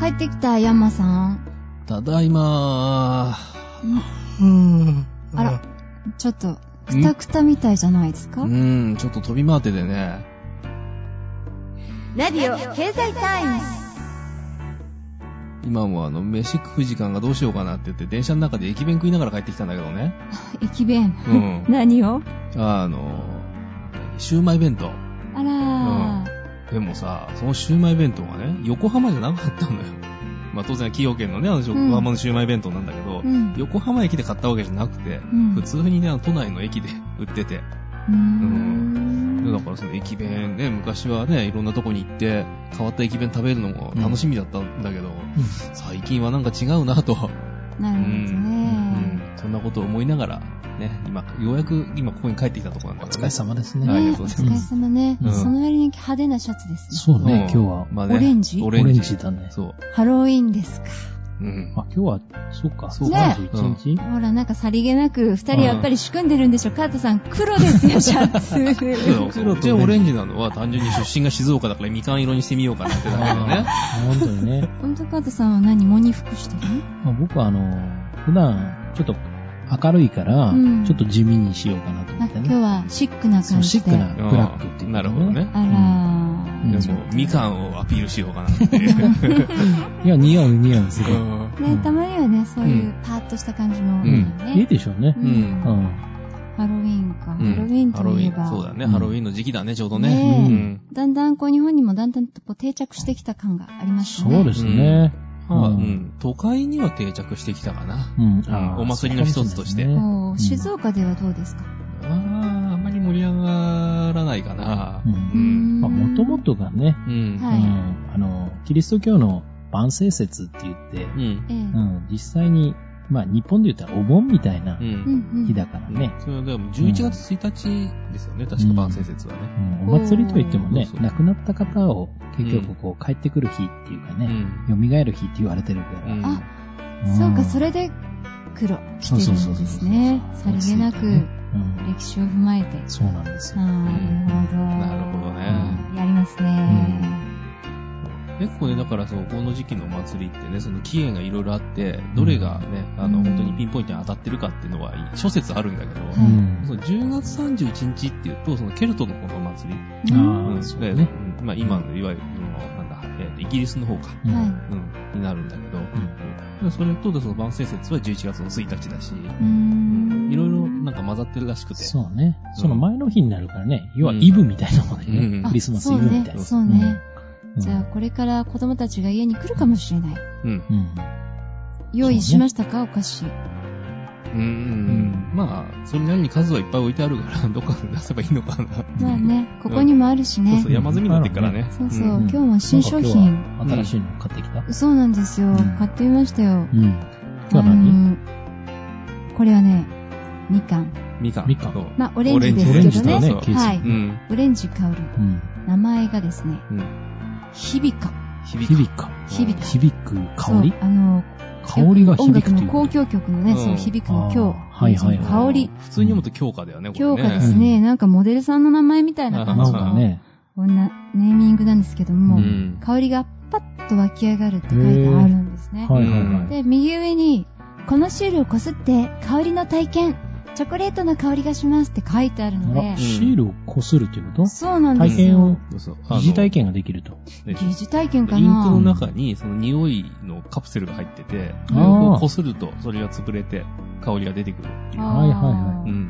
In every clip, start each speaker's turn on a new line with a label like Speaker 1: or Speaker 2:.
Speaker 1: 帰ってきた山さん。
Speaker 2: ただいま
Speaker 3: うん。
Speaker 1: あらちょっと、くたくたみたいじゃないです
Speaker 2: ー。
Speaker 1: か
Speaker 2: うーん、ちょっと飛び回っててね。
Speaker 4: ナビオ経済タイム
Speaker 2: 今もあの、飯食う時間がどうしようかなって言って、電車の中で駅弁食いながら帰ってきたんだけ どね。
Speaker 1: 駅弁。
Speaker 2: うん。
Speaker 1: 何を
Speaker 2: あの、シューマイ弁当。
Speaker 1: あら
Speaker 2: でもさ、そのシューマイ弁当がね、横浜じゃなかったのよ。まあ当然、崎陽軒のね、あの、横
Speaker 1: うん
Speaker 2: 浜のシューマイ弁当なんだけど、
Speaker 1: ー。うん。
Speaker 2: 横浜駅で買ったわけじゃなくて、
Speaker 1: うん
Speaker 2: 普通にね、あの都内の駅で売ってて。
Speaker 1: うー
Speaker 2: でだ
Speaker 1: ん。
Speaker 2: からその駅弁ね、昔はね、いろんなとこに行って、変わった駅弁食べるのも楽しみだったんだけど、最近はなんか違うなと。
Speaker 1: な
Speaker 2: う
Speaker 1: るほど
Speaker 2: ん
Speaker 1: ね。
Speaker 2: うんそんなことを思いながら、ね、今、ようやく今ここに帰ってきたとこなんだ
Speaker 3: お
Speaker 2: けど
Speaker 3: 疲
Speaker 2: ね。
Speaker 3: れ様です
Speaker 1: ね
Speaker 2: あり
Speaker 3: ね。
Speaker 2: が
Speaker 1: え
Speaker 2: とう
Speaker 1: お
Speaker 2: ござい
Speaker 1: 疲
Speaker 2: ま
Speaker 1: れ
Speaker 2: す
Speaker 1: 様ね
Speaker 2: うん。
Speaker 1: その割に派手なシャツですね。
Speaker 3: そうね、今日は。
Speaker 2: まあね
Speaker 1: オレンジ
Speaker 2: オ
Speaker 3: オ
Speaker 2: レ
Speaker 3: レ
Speaker 2: ン
Speaker 3: ン
Speaker 2: ジ。
Speaker 3: ジだね。
Speaker 2: そう。
Speaker 1: ハロウィンですか。
Speaker 2: うん。
Speaker 3: あ、今日は、そうか、
Speaker 2: そう
Speaker 1: か
Speaker 3: 31日
Speaker 1: ほら、なんかさりげなく、二人やっぱり仕組んでるんでしょ。カートさん、黒ですよ、シャ
Speaker 2: そうだ
Speaker 1: ツ。
Speaker 2: よそうじゃあオレンジなのは単純に出身が静岡だからみかん色にしてみようかなってだけどね。
Speaker 3: 本当にね。
Speaker 1: ほんとカートさんは何モニ服してるの
Speaker 3: まあ、僕はあの、普段、ちょっと明るいから、
Speaker 1: うん
Speaker 3: ちょっと地味にしようかなと思
Speaker 1: な
Speaker 3: っ
Speaker 1: んか
Speaker 3: て
Speaker 1: 今
Speaker 3: ね。
Speaker 1: 日はシックな
Speaker 3: そ
Speaker 1: 感
Speaker 3: う、シ
Speaker 1: じ
Speaker 3: ック
Speaker 1: で。
Speaker 3: なブラックっていう、
Speaker 2: なるほどね。
Speaker 1: あらー。
Speaker 3: うん
Speaker 2: でも、みかんをアピールしようかなっていう。
Speaker 3: うん。いや、似合う似合う、すご
Speaker 2: う
Speaker 3: い。
Speaker 2: ん
Speaker 1: ね、たまにはね、そういううんパーッとした感じも
Speaker 2: う
Speaker 1: いいよ
Speaker 2: ん
Speaker 3: いい
Speaker 1: ね。
Speaker 3: でしょうね
Speaker 1: う。
Speaker 2: ん
Speaker 1: ん
Speaker 3: うん。
Speaker 1: ハロウィーンか。ハ
Speaker 2: う
Speaker 1: ロ
Speaker 2: ん
Speaker 1: ウィーンといえば。
Speaker 2: ハロウィンそうだね。
Speaker 3: うん
Speaker 2: ハロウィンの時期だね、ちょうどね。
Speaker 1: ねえ
Speaker 2: うん
Speaker 1: だんだんこう日本にもだんだんとこう定着してきた感がありますよね。
Speaker 3: そうですね。
Speaker 2: まあ、う
Speaker 3: うん
Speaker 2: ん。都会には定着してきたかな。
Speaker 3: うん
Speaker 2: うんお祭りの一つとして
Speaker 3: そうかも
Speaker 1: おー静岡ではどうですか、
Speaker 2: あーあんまり盛り上がらないかな。
Speaker 3: しれないですね
Speaker 1: う
Speaker 2: うん。
Speaker 1: ん
Speaker 3: まあ、もともとがね、
Speaker 2: うん。
Speaker 1: はい
Speaker 3: うんあの、キリスト教の万世節って言って、
Speaker 2: うん。
Speaker 1: ええ。
Speaker 3: うん、実際に、まあ、日本で言ったらお盆みたい
Speaker 2: う。
Speaker 3: な
Speaker 1: うんんうん。
Speaker 3: 日だからね、
Speaker 2: それはでも11月1日ですよね、確か万世節はね。
Speaker 3: うんお祭りといってもね
Speaker 2: そうそう、
Speaker 3: 亡くなった方を結局こう帰ってくる日っていうか
Speaker 2: う
Speaker 3: ね、
Speaker 2: ん。
Speaker 3: 蘇る日って言われてるから、
Speaker 2: うん
Speaker 1: あ
Speaker 3: ん
Speaker 1: そうか、それで黒着てる
Speaker 3: そ
Speaker 1: ん
Speaker 3: うそうそう
Speaker 1: です
Speaker 3: そう
Speaker 1: ね。さりげな
Speaker 3: う
Speaker 1: く
Speaker 3: ん、
Speaker 1: 歴史を踏まえて。
Speaker 3: そうなんです
Speaker 1: あー
Speaker 3: よ。
Speaker 1: なるほど。
Speaker 2: なるほどね。
Speaker 1: やりますね。
Speaker 2: 結構ね、だからそう、この時期のお祭りってね、その期限がいろいろあって、どれがね、あの、
Speaker 1: うん
Speaker 2: 本当にピンポイントに当たってるかっていうのは、諸説あるんだけど、
Speaker 3: う
Speaker 1: うん
Speaker 3: ん
Speaker 2: その10月31日っていうと、そのケルトのこのお祭り、
Speaker 1: うん
Speaker 3: あー
Speaker 2: ん
Speaker 3: そう
Speaker 2: で
Speaker 3: ね
Speaker 2: うんまあ今の、いわゆる、そのなんだ、えーイギリスの方か、
Speaker 3: うん
Speaker 1: はい
Speaker 2: うん、になるんだけど、でそれとでその万世節は11月の1日だし、
Speaker 1: う
Speaker 2: うん
Speaker 1: ん
Speaker 2: いろいろなんか混ざってるらしくて。
Speaker 3: そうね
Speaker 2: ん。
Speaker 3: その前の日になるからね、要は
Speaker 2: うん
Speaker 3: イブみたいなもんで
Speaker 2: うん
Speaker 3: ね、クリスマスイブみたいな。
Speaker 1: あそうねそうね
Speaker 3: うん。
Speaker 1: じゃあこれから子供たちが家に来るかもしれない。
Speaker 2: うん。
Speaker 3: うん。
Speaker 1: 用意しましたか、お菓子。
Speaker 2: うん。まあ、それなりに数はいっぱい置いてあるから、 どっかで出せばいいのかな。
Speaker 1: まあね、ここにもあるし
Speaker 2: そう
Speaker 1: ね
Speaker 2: そう、。山積みになってっからね。
Speaker 1: そうそう、
Speaker 2: ん
Speaker 1: 今
Speaker 3: ん
Speaker 1: 日も新商
Speaker 3: なん
Speaker 1: 品。
Speaker 3: か今日は新しいの買ってきた
Speaker 1: そうなんですよ。
Speaker 3: ん
Speaker 1: 買ってみましたよ。
Speaker 3: うん。今日は何
Speaker 1: あのこれはね、みかん。
Speaker 2: みかん。
Speaker 3: みかん
Speaker 2: そう
Speaker 1: まあ、オレンジで
Speaker 3: オ
Speaker 1: す
Speaker 3: レ
Speaker 1: け
Speaker 3: ンジ
Speaker 1: ど
Speaker 3: だ
Speaker 1: ね。
Speaker 2: そ
Speaker 3: ね
Speaker 2: う、
Speaker 3: ケース。
Speaker 1: はい
Speaker 2: うん。
Speaker 1: オレンジ香る。
Speaker 3: うん。
Speaker 1: 名前がですね、
Speaker 2: うん。
Speaker 1: 響か。
Speaker 2: 響
Speaker 3: 響くか。
Speaker 1: 響く
Speaker 3: 響く香り
Speaker 1: そうあの、
Speaker 3: 香りが響くという。
Speaker 1: 音楽の公共曲のね、
Speaker 2: うん
Speaker 1: その響くの今
Speaker 3: あーはいはい
Speaker 1: 日。
Speaker 3: はい
Speaker 1: 香り。
Speaker 2: 普通に読むと強化だよね、これ
Speaker 1: 強
Speaker 2: ね。
Speaker 1: 化ですね、なんかモデルさんの名前みたいな感
Speaker 3: な
Speaker 1: じ
Speaker 3: ん
Speaker 2: あー
Speaker 1: の、
Speaker 3: かね、
Speaker 1: こんなネーミングなんですけども、
Speaker 2: うん。
Speaker 1: 香りがパッと湧き上がるって書いてあるんですね。
Speaker 3: はいはいはい。
Speaker 1: で、右上に、このシールをこすって香りの体験、チョコレートの香りがしますって書いてあるの
Speaker 3: あ
Speaker 1: で
Speaker 3: ら、、シールをこするということ
Speaker 1: そうなんで
Speaker 3: 体
Speaker 1: すよ。
Speaker 3: 験を、
Speaker 2: そうそう。あの
Speaker 3: 疑似体験ができると。
Speaker 2: ね
Speaker 1: 疑似体験か
Speaker 2: インクの
Speaker 1: な
Speaker 2: 中に、その匂いのカプセルが入ってて、
Speaker 3: あー
Speaker 2: それをこう擦ると、それが潰れて、香りが出てくるっていう。
Speaker 3: はいはい
Speaker 2: うん。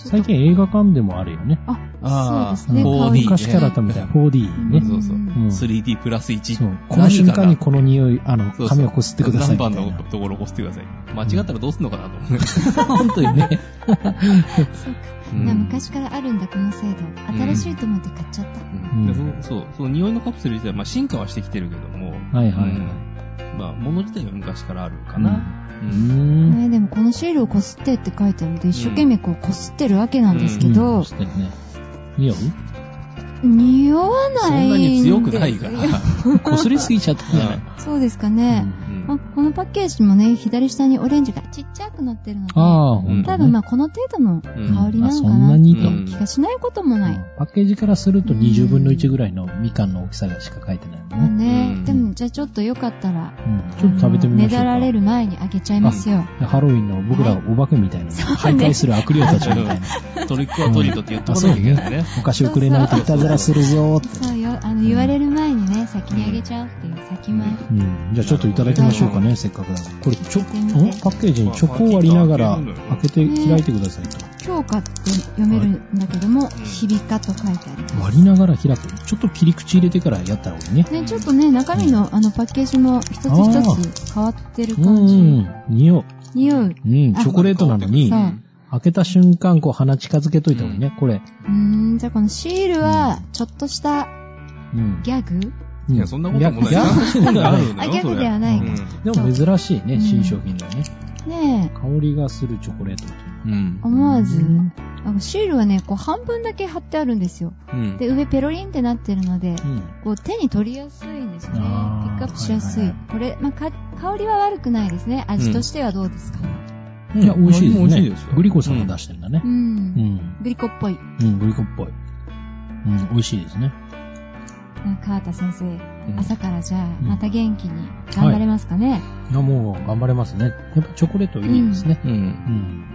Speaker 3: 最近映画館でもあるよね。
Speaker 2: あー
Speaker 1: そうですね
Speaker 2: 4D ね。
Speaker 3: 昔からあったみたい。4D ね。
Speaker 2: そうそう。
Speaker 3: うん
Speaker 2: 3D プラス1。
Speaker 3: そう。この瞬間にこの匂い、あの、
Speaker 2: そうそう
Speaker 3: 髪をこすってくださいみたい
Speaker 2: 何
Speaker 3: な。
Speaker 2: 番のところをこすってください。間違ったらどうすんのかなと思う。
Speaker 3: 本当にね。
Speaker 1: そうか。
Speaker 2: うん
Speaker 1: な昔からあるんだ、この制度。新しいと思って買っちゃった。
Speaker 2: うんでそのそう、その匂いのカプセル自体は、まあ進化はしてきてるけども、
Speaker 3: はいは
Speaker 2: う
Speaker 3: い
Speaker 2: ん
Speaker 3: は
Speaker 2: まあ、物自体は昔からあるか
Speaker 3: い。
Speaker 2: な。う
Speaker 3: うんん。うん。
Speaker 1: ね、でもこのシールをこすってって書いてあるので、一生懸命こうこすってるわけなんですけど、
Speaker 3: 確かにね。匂う
Speaker 1: 匂わ
Speaker 2: そ
Speaker 1: ないん
Speaker 2: んな
Speaker 1: です
Speaker 2: に
Speaker 1: よ
Speaker 2: 強くないから。
Speaker 3: こすりすぎちゃったんじゃない
Speaker 1: そうですかね。
Speaker 2: うん
Speaker 1: あ、このパッケージもね、左下にオレンジがちっちゃく乗ってるので、
Speaker 3: ああ、
Speaker 2: ん
Speaker 3: ほんとね
Speaker 1: 多分まあこの程度の香り
Speaker 3: ま
Speaker 1: な
Speaker 3: あ
Speaker 1: の
Speaker 3: そ
Speaker 1: か
Speaker 3: ん
Speaker 1: な
Speaker 3: な
Speaker 1: って
Speaker 3: に
Speaker 2: う
Speaker 3: と
Speaker 2: ん。
Speaker 1: 気がしないこともない。
Speaker 3: パッケージからすると20分の1ぐらいのみかんの大きさがしか書いてない
Speaker 1: まあ
Speaker 3: のね。
Speaker 1: ね、
Speaker 2: うん
Speaker 1: でもじゃあちょっとよかったら、
Speaker 3: うん。ちょっと食べてみましょうか。
Speaker 1: あのねだられる前にあげちゃいますよ。
Speaker 3: でハロウィンの僕らお化けみたいな、
Speaker 1: そう
Speaker 3: 徘
Speaker 1: ね
Speaker 3: 徊する悪霊たちみたいな。
Speaker 2: トリックはトリートって言っとかなきゃいけないね。
Speaker 3: お菓子をくれないといたずらするぞーって。
Speaker 1: そうよ、あの、言われる前にね、先にあげちゃうっていう先前。
Speaker 3: うん。じゃあちょっといただきましょうかね、せっかくだから。これ、チョコ、んパッケージにチョコを割りながら開けて開いてくださいと。
Speaker 1: 強化って読めるんだけども、響かと書いてあります。
Speaker 3: 割りながら開く。ちょっと切り口入れてからやった方がいいね。
Speaker 1: ね、ちょっとね、中身のあのパッケージも一つ一つ変わってる
Speaker 3: う
Speaker 1: 感じ。
Speaker 3: ん。匂う。
Speaker 1: 匂う。
Speaker 3: うん。チョコレートなのに
Speaker 1: そ、う。
Speaker 3: 開けた瞬間、こう鼻近づけといた方がいいね、これ。
Speaker 1: うーん、じゃあこのシールは、ちょっとした
Speaker 3: うん。
Speaker 1: ギャグ
Speaker 3: い
Speaker 2: いや、そんなこともない。
Speaker 3: いや
Speaker 2: そんなことあるの
Speaker 1: あ、
Speaker 2: よ
Speaker 1: ギャグではないか。
Speaker 3: でも珍しいね、新商品だよね。
Speaker 1: ね
Speaker 3: 香りがするチョコレート。
Speaker 2: うん
Speaker 1: え、。思わず
Speaker 3: うん。
Speaker 1: あのシールはね、こう半分だけ貼ってあるんですよ。
Speaker 2: うん。
Speaker 1: で、上ペロリンってなってるので、
Speaker 3: うん。
Speaker 1: こう手に取りやすいんですね。ピ
Speaker 3: あー
Speaker 1: ックアップしやすい。
Speaker 3: はいはい
Speaker 1: これ、まあか、香りは悪くないですね。味としてはどうですか、
Speaker 3: いや、美味しいですね。
Speaker 2: 美味しいですよ
Speaker 3: グリコさんが出してるんだね
Speaker 1: う。ん、
Speaker 3: うん。
Speaker 1: グリコっぽい。
Speaker 3: うん、グリコっぽい。うん、美味しいですね。
Speaker 1: あ川田先生、
Speaker 2: うん
Speaker 1: 朝からじゃあ、
Speaker 3: ん
Speaker 1: また元気に頑張れますかね。
Speaker 3: いや、もう、頑張れますね。やっぱチョコレートいいですね。
Speaker 2: うん。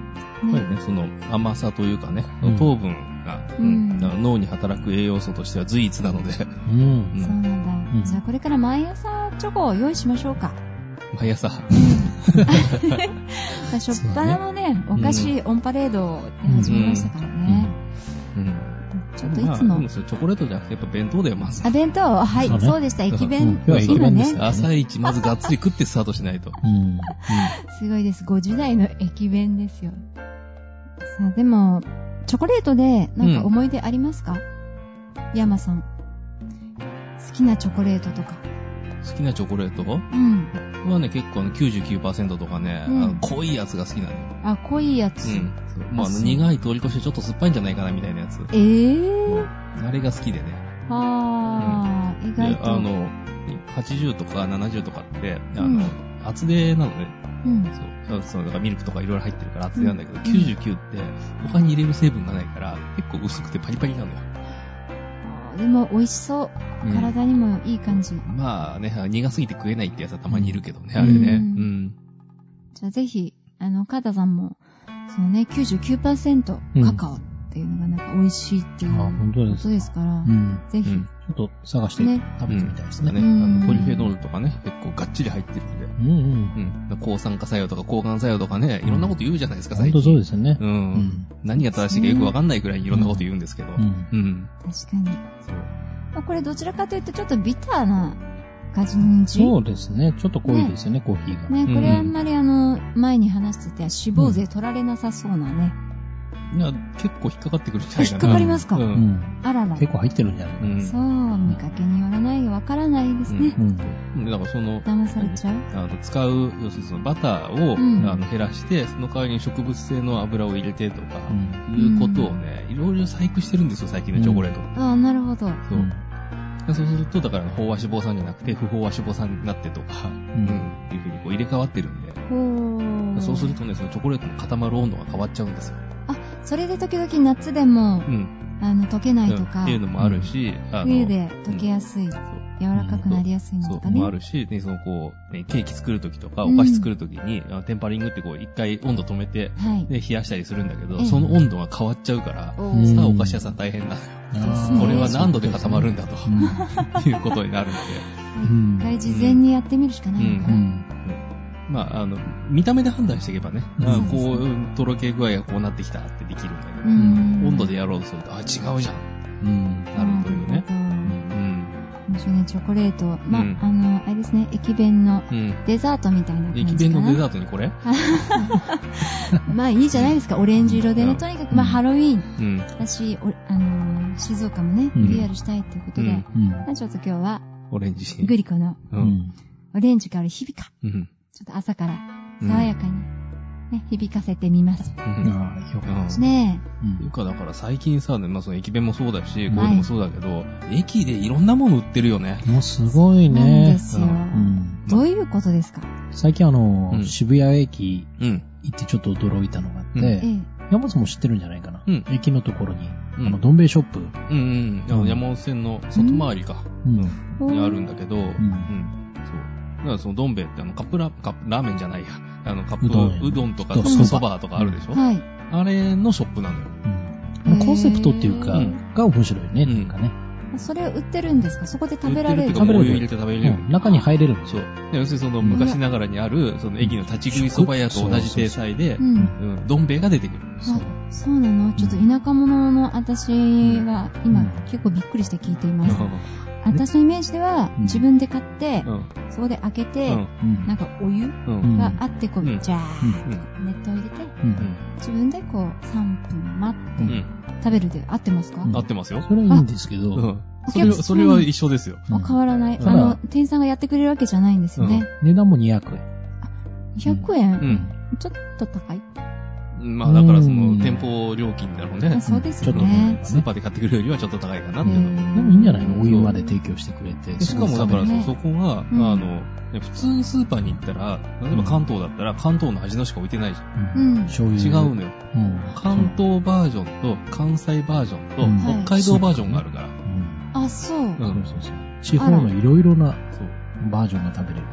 Speaker 3: うん。
Speaker 2: やっぱり
Speaker 1: ね
Speaker 2: ね、その甘さというかね
Speaker 3: うん、
Speaker 2: 糖分が、
Speaker 1: う
Speaker 2: うんんだから脳に働く栄養素としては随一なので、
Speaker 3: うん。
Speaker 1: そうなんだ。
Speaker 3: うん
Speaker 1: じゃあこれから毎朝チョコを用意しましょうか。
Speaker 2: 毎朝。
Speaker 1: まあしょっぱなのね、お菓子オンパレードで始めましたからね。
Speaker 2: うん
Speaker 1: ちょっといつ
Speaker 2: まあ
Speaker 1: も
Speaker 2: で。それチョコレートじゃなくて、やっぱ弁当だよ、まず
Speaker 1: あ、。弁当はい、
Speaker 3: そうね
Speaker 1: そうでした。駅
Speaker 3: うん
Speaker 1: 弁
Speaker 3: 今。日は駅
Speaker 1: 今
Speaker 3: 弁です
Speaker 1: ね、
Speaker 3: よ
Speaker 2: 朝一、まずがっつり食ってスタートしないと。
Speaker 3: うん。
Speaker 1: すごいです。50代の駅弁ですよ。さあ、でも、チョコレートで、なんか思い出ありますか、山さん。好きなチョコレートとか。
Speaker 2: 好きなチョコレート
Speaker 1: うん。
Speaker 2: はね、結構あの99%とかね、あ
Speaker 1: うん
Speaker 2: の濃いやつが好きなんだよ。
Speaker 1: あ、濃いやつ。
Speaker 2: うん。まあ、あの
Speaker 1: そう
Speaker 2: 苦い通り越してちょっと酸っぱいんじゃないかなみたいなやつ。
Speaker 1: えー、
Speaker 2: あれが好きでね。
Speaker 1: あー、意
Speaker 2: で、
Speaker 1: 外と。
Speaker 2: あの、80とか70とかって、あ
Speaker 1: うん
Speaker 2: の、厚手なのね。
Speaker 1: うん。
Speaker 2: そう。そう、だからミルクとかいろいろ入ってるから厚手なんだけど、
Speaker 1: ん
Speaker 2: 99って他に入れる成分がないから、結構薄くてパリパリなのよ。
Speaker 1: あーでも、美味しそう。
Speaker 2: うん
Speaker 1: 体にもいい感じ。
Speaker 2: まあね、苦すぎて食えないってやつはたまにいるけどね、あれね。
Speaker 1: う
Speaker 2: うんん。
Speaker 1: じゃあぜひ、あの、カータさんも、そのね、99%カカオっていうのがなんか美味しいってい
Speaker 3: あ、
Speaker 1: うこ
Speaker 3: 本当で
Speaker 1: と
Speaker 3: す。
Speaker 1: ですから、
Speaker 3: うん。
Speaker 1: ぜ
Speaker 2: う
Speaker 1: ひ、
Speaker 2: ん。
Speaker 3: ちょっと探して
Speaker 1: ね
Speaker 3: 食べてみたいです
Speaker 2: だね。
Speaker 3: ね。
Speaker 2: あ
Speaker 1: うん
Speaker 2: の、ポリフェノールとかね、結構がっちり入ってるんで。
Speaker 3: うんうん。
Speaker 2: うん。抗酸化作用とか抗がん作用とかね、いろんなこと言うじゃないですか、
Speaker 3: 本
Speaker 2: 最
Speaker 3: 当
Speaker 2: 近。
Speaker 3: そうですよね。
Speaker 2: う。
Speaker 3: うんん。
Speaker 2: 何が正しいかよくわかんないくらいにいろんなこと言うんですけど。
Speaker 3: うん。
Speaker 2: うん。
Speaker 1: 確かに。
Speaker 2: そう。
Speaker 1: まあこれどちらかというとちょっとビターな感じ
Speaker 3: そうですね。ちょっと濃いですよね、コーヒーが。
Speaker 1: ね、これ
Speaker 2: うん
Speaker 1: あんまりあの、前に話してて、脂肪税取られなさそうなね。
Speaker 2: いや、結構引っかかってくるんじゃ
Speaker 1: あ
Speaker 2: な
Speaker 1: 引
Speaker 2: いか
Speaker 1: っ
Speaker 2: な。
Speaker 1: かかりますか、
Speaker 2: う。
Speaker 3: うんん。
Speaker 1: あらら。
Speaker 3: 結構入ってるんじゃないうか
Speaker 2: ん。
Speaker 1: そう、見かけによらない、わからないですね。
Speaker 3: うん。
Speaker 2: でだからその、
Speaker 1: 騙されちゃう
Speaker 2: あの使う、要するにそのバターを、
Speaker 1: うん
Speaker 2: あの減らして、その代わりに植物性の油を入れてとか、
Speaker 3: う
Speaker 2: い
Speaker 3: ん
Speaker 2: うことをね、いろいろ細工してるんですよ、最近のチョコレート。
Speaker 1: ああ、なるほど。
Speaker 2: そうでそうすると、だから、飽和脂肪酸じゃなくて、不飽和脂肪酸になってとか、うんん、っていうふうにこう入れ替わってるんで、
Speaker 1: ほー。
Speaker 2: そうするとね、そのチョコレートの固まる温度が変わっちゃうんですよ。
Speaker 1: それで時々夏でも
Speaker 2: う、ん。
Speaker 1: あの、溶けないと
Speaker 2: うん
Speaker 1: か
Speaker 2: ってい、うのもあるし、あの
Speaker 1: 冬で溶けやすい、
Speaker 2: そう
Speaker 1: 柔らかくなりやすいの
Speaker 2: そ
Speaker 1: と
Speaker 2: う、
Speaker 1: か
Speaker 2: もあ
Speaker 1: ね。
Speaker 2: るし、ね、そのこう、ねケーキ作るときとか、
Speaker 1: う
Speaker 2: お
Speaker 1: ん
Speaker 2: 菓子作るときに、あのテンパリングってこう、一回温度止めて、
Speaker 1: はい。
Speaker 2: で、冷やしたりするんだけど、
Speaker 1: ええ
Speaker 2: その温度が変わっちゃうから、
Speaker 1: お
Speaker 3: うん
Speaker 1: ー
Speaker 2: さあお菓子屋さん大変だ。
Speaker 3: あ
Speaker 1: うん
Speaker 3: ー
Speaker 2: これは何度で固まるんだと、
Speaker 3: うん
Speaker 2: いうことになるんで。
Speaker 3: うん
Speaker 1: 一回事前にやってみるしかないのか
Speaker 3: う
Speaker 1: な。
Speaker 3: ん。
Speaker 2: まあ、あの、見た目で判断していけばね、
Speaker 3: うん
Speaker 2: あ
Speaker 1: そうですね
Speaker 2: こううん、とろけ具合がこうなってきたってできるんだけど、
Speaker 1: うん
Speaker 2: 温度でやろうとすると、あ、違うじゃん、
Speaker 3: うん。
Speaker 2: なるというね。
Speaker 1: うん
Speaker 2: うん。
Speaker 1: 面白いね、チョコレート。ま、
Speaker 2: うん
Speaker 1: あの、あれですね、駅弁の
Speaker 2: うん。
Speaker 1: デザートみたいな感じかな。
Speaker 2: 駅弁のデザートにこれ
Speaker 1: まあいいじゃないですか、オレンジ色で
Speaker 2: う
Speaker 1: ね。
Speaker 2: ん
Speaker 1: とにかく、まあハロウィーン
Speaker 2: うん。
Speaker 1: だし、おあのー、静岡もね、
Speaker 3: うん
Speaker 1: PR したいっていうことで、
Speaker 2: うん
Speaker 3: うん。
Speaker 1: まあちょっと今日は、
Speaker 2: オレンジに
Speaker 1: グリコの
Speaker 2: う。
Speaker 3: うんん。
Speaker 1: オレンジから響か、
Speaker 2: うん。
Speaker 1: ちょっと朝から爽やかに、ね、響かせてみます。
Speaker 2: うん。
Speaker 3: ああ、よかった。
Speaker 1: ね
Speaker 3: う。
Speaker 2: っていうんか、だから最近さ、ねまあ、その駅弁もそうだし、
Speaker 3: うん
Speaker 2: こういうのもそうだけど、駅でいろんなもの売ってるよね。
Speaker 3: もうすごい
Speaker 1: え、なんで
Speaker 3: ね。
Speaker 1: すよ。
Speaker 2: う
Speaker 3: うん。
Speaker 1: どういうことですか
Speaker 3: 最近あの、
Speaker 2: うん
Speaker 3: 渋谷駅
Speaker 2: うん。
Speaker 3: 行ってちょっと驚いたのがあって、
Speaker 2: うん
Speaker 1: ええ。
Speaker 3: 山本さんも知ってるんじゃないかな。
Speaker 2: うん
Speaker 3: 駅のところに、
Speaker 2: うん
Speaker 3: あの、どん兵衛ショップ、
Speaker 2: うんうん。あの山本線の外回りか、
Speaker 3: うん
Speaker 2: にあるんだけど、うん。
Speaker 3: ん
Speaker 2: そう。だからそのどん兵衛ってあのカップラ、カップ、ラーメンじゃないや。 あのカップ
Speaker 3: うどんやね
Speaker 2: うどんとかカ
Speaker 3: そう
Speaker 2: ップ
Speaker 3: そ
Speaker 2: そ
Speaker 3: ば
Speaker 2: ばとかあるでしょ、
Speaker 1: はい。
Speaker 2: あれのショップなのよ。
Speaker 3: うんコンセプトっていうか、
Speaker 2: うん
Speaker 3: が面白いね、
Speaker 2: うん
Speaker 3: なんかね、
Speaker 1: それ売ってるんですかそこで食べられ
Speaker 2: 売っ
Speaker 1: る
Speaker 2: てるっていうか
Speaker 3: 食べ
Speaker 2: もうお
Speaker 3: れる
Speaker 2: 湯入れて食べれ
Speaker 3: う
Speaker 2: る。
Speaker 3: ん中に入れるんです
Speaker 2: そう
Speaker 3: よ。。
Speaker 2: で要するにその昔ながらにある、その駅の立ち食いそば屋と同じ体裁で
Speaker 1: う、ん。
Speaker 2: うん、どん兵衛が出てくる。
Speaker 3: そう。
Speaker 1: そうなのちょっと田舎者の私は今
Speaker 3: うん
Speaker 1: 結構びっくりして聞いています。
Speaker 2: う
Speaker 1: 私のイメージでは
Speaker 3: うん
Speaker 1: 自分で買って、
Speaker 2: ん。
Speaker 1: そこで開け
Speaker 2: う
Speaker 1: て、
Speaker 2: ん。
Speaker 3: うん
Speaker 1: なんかお湯
Speaker 2: うん。
Speaker 3: うん
Speaker 1: があってこ
Speaker 2: うん
Speaker 1: う、じゃーっ
Speaker 2: うん。
Speaker 1: と熱湯入れて、
Speaker 3: うん
Speaker 2: うん。
Speaker 1: 自分でこう3分待
Speaker 2: う
Speaker 1: って
Speaker 2: ん。
Speaker 1: 食べるで合ってますか
Speaker 2: 合ってますよ。
Speaker 3: それはいいんですけど、
Speaker 2: うん。
Speaker 1: お
Speaker 2: それ
Speaker 1: 客
Speaker 2: は、
Speaker 1: さん
Speaker 2: それは一緒ですよ。
Speaker 1: あ変わらない。
Speaker 2: うん
Speaker 1: あの、店員さんがやってくれるわけじゃないんですよね。
Speaker 3: 値段も200
Speaker 1: 200
Speaker 2: う
Speaker 1: 円
Speaker 2: ん。
Speaker 1: ちょっと高い
Speaker 2: まあだからそ
Speaker 3: うん
Speaker 2: の店舗料金だろう
Speaker 1: まあ
Speaker 2: ね。
Speaker 1: そうです
Speaker 2: ちょ
Speaker 1: よ
Speaker 2: っとね
Speaker 1: ね。
Speaker 2: スーパーで買ってくるよりはちょっと高いかなっていうの
Speaker 3: 円。でもいいんじゃない
Speaker 1: い
Speaker 3: のお湯まで提供してくれて。
Speaker 2: でしかもだか
Speaker 1: そ
Speaker 2: ら
Speaker 1: う
Speaker 2: そ
Speaker 1: ね
Speaker 2: そこが、
Speaker 1: うん
Speaker 2: まああの、ね普通スーパーに行ったら、例えば関東だったら関東の味のしか置いてないじゃ
Speaker 3: う
Speaker 1: うんん
Speaker 3: 醤
Speaker 2: ん。違
Speaker 3: 油。
Speaker 2: うのよ。
Speaker 3: うん
Speaker 2: 関東バージョンと関西バージョ
Speaker 3: う
Speaker 2: ン
Speaker 3: ん
Speaker 2: と北海道バージョンがあるから。
Speaker 3: うん
Speaker 1: あ、そう。
Speaker 2: う
Speaker 3: そうそ
Speaker 2: ん。
Speaker 3: うそう。地方のいろいろな
Speaker 2: そう。
Speaker 3: バージョンが食べれる。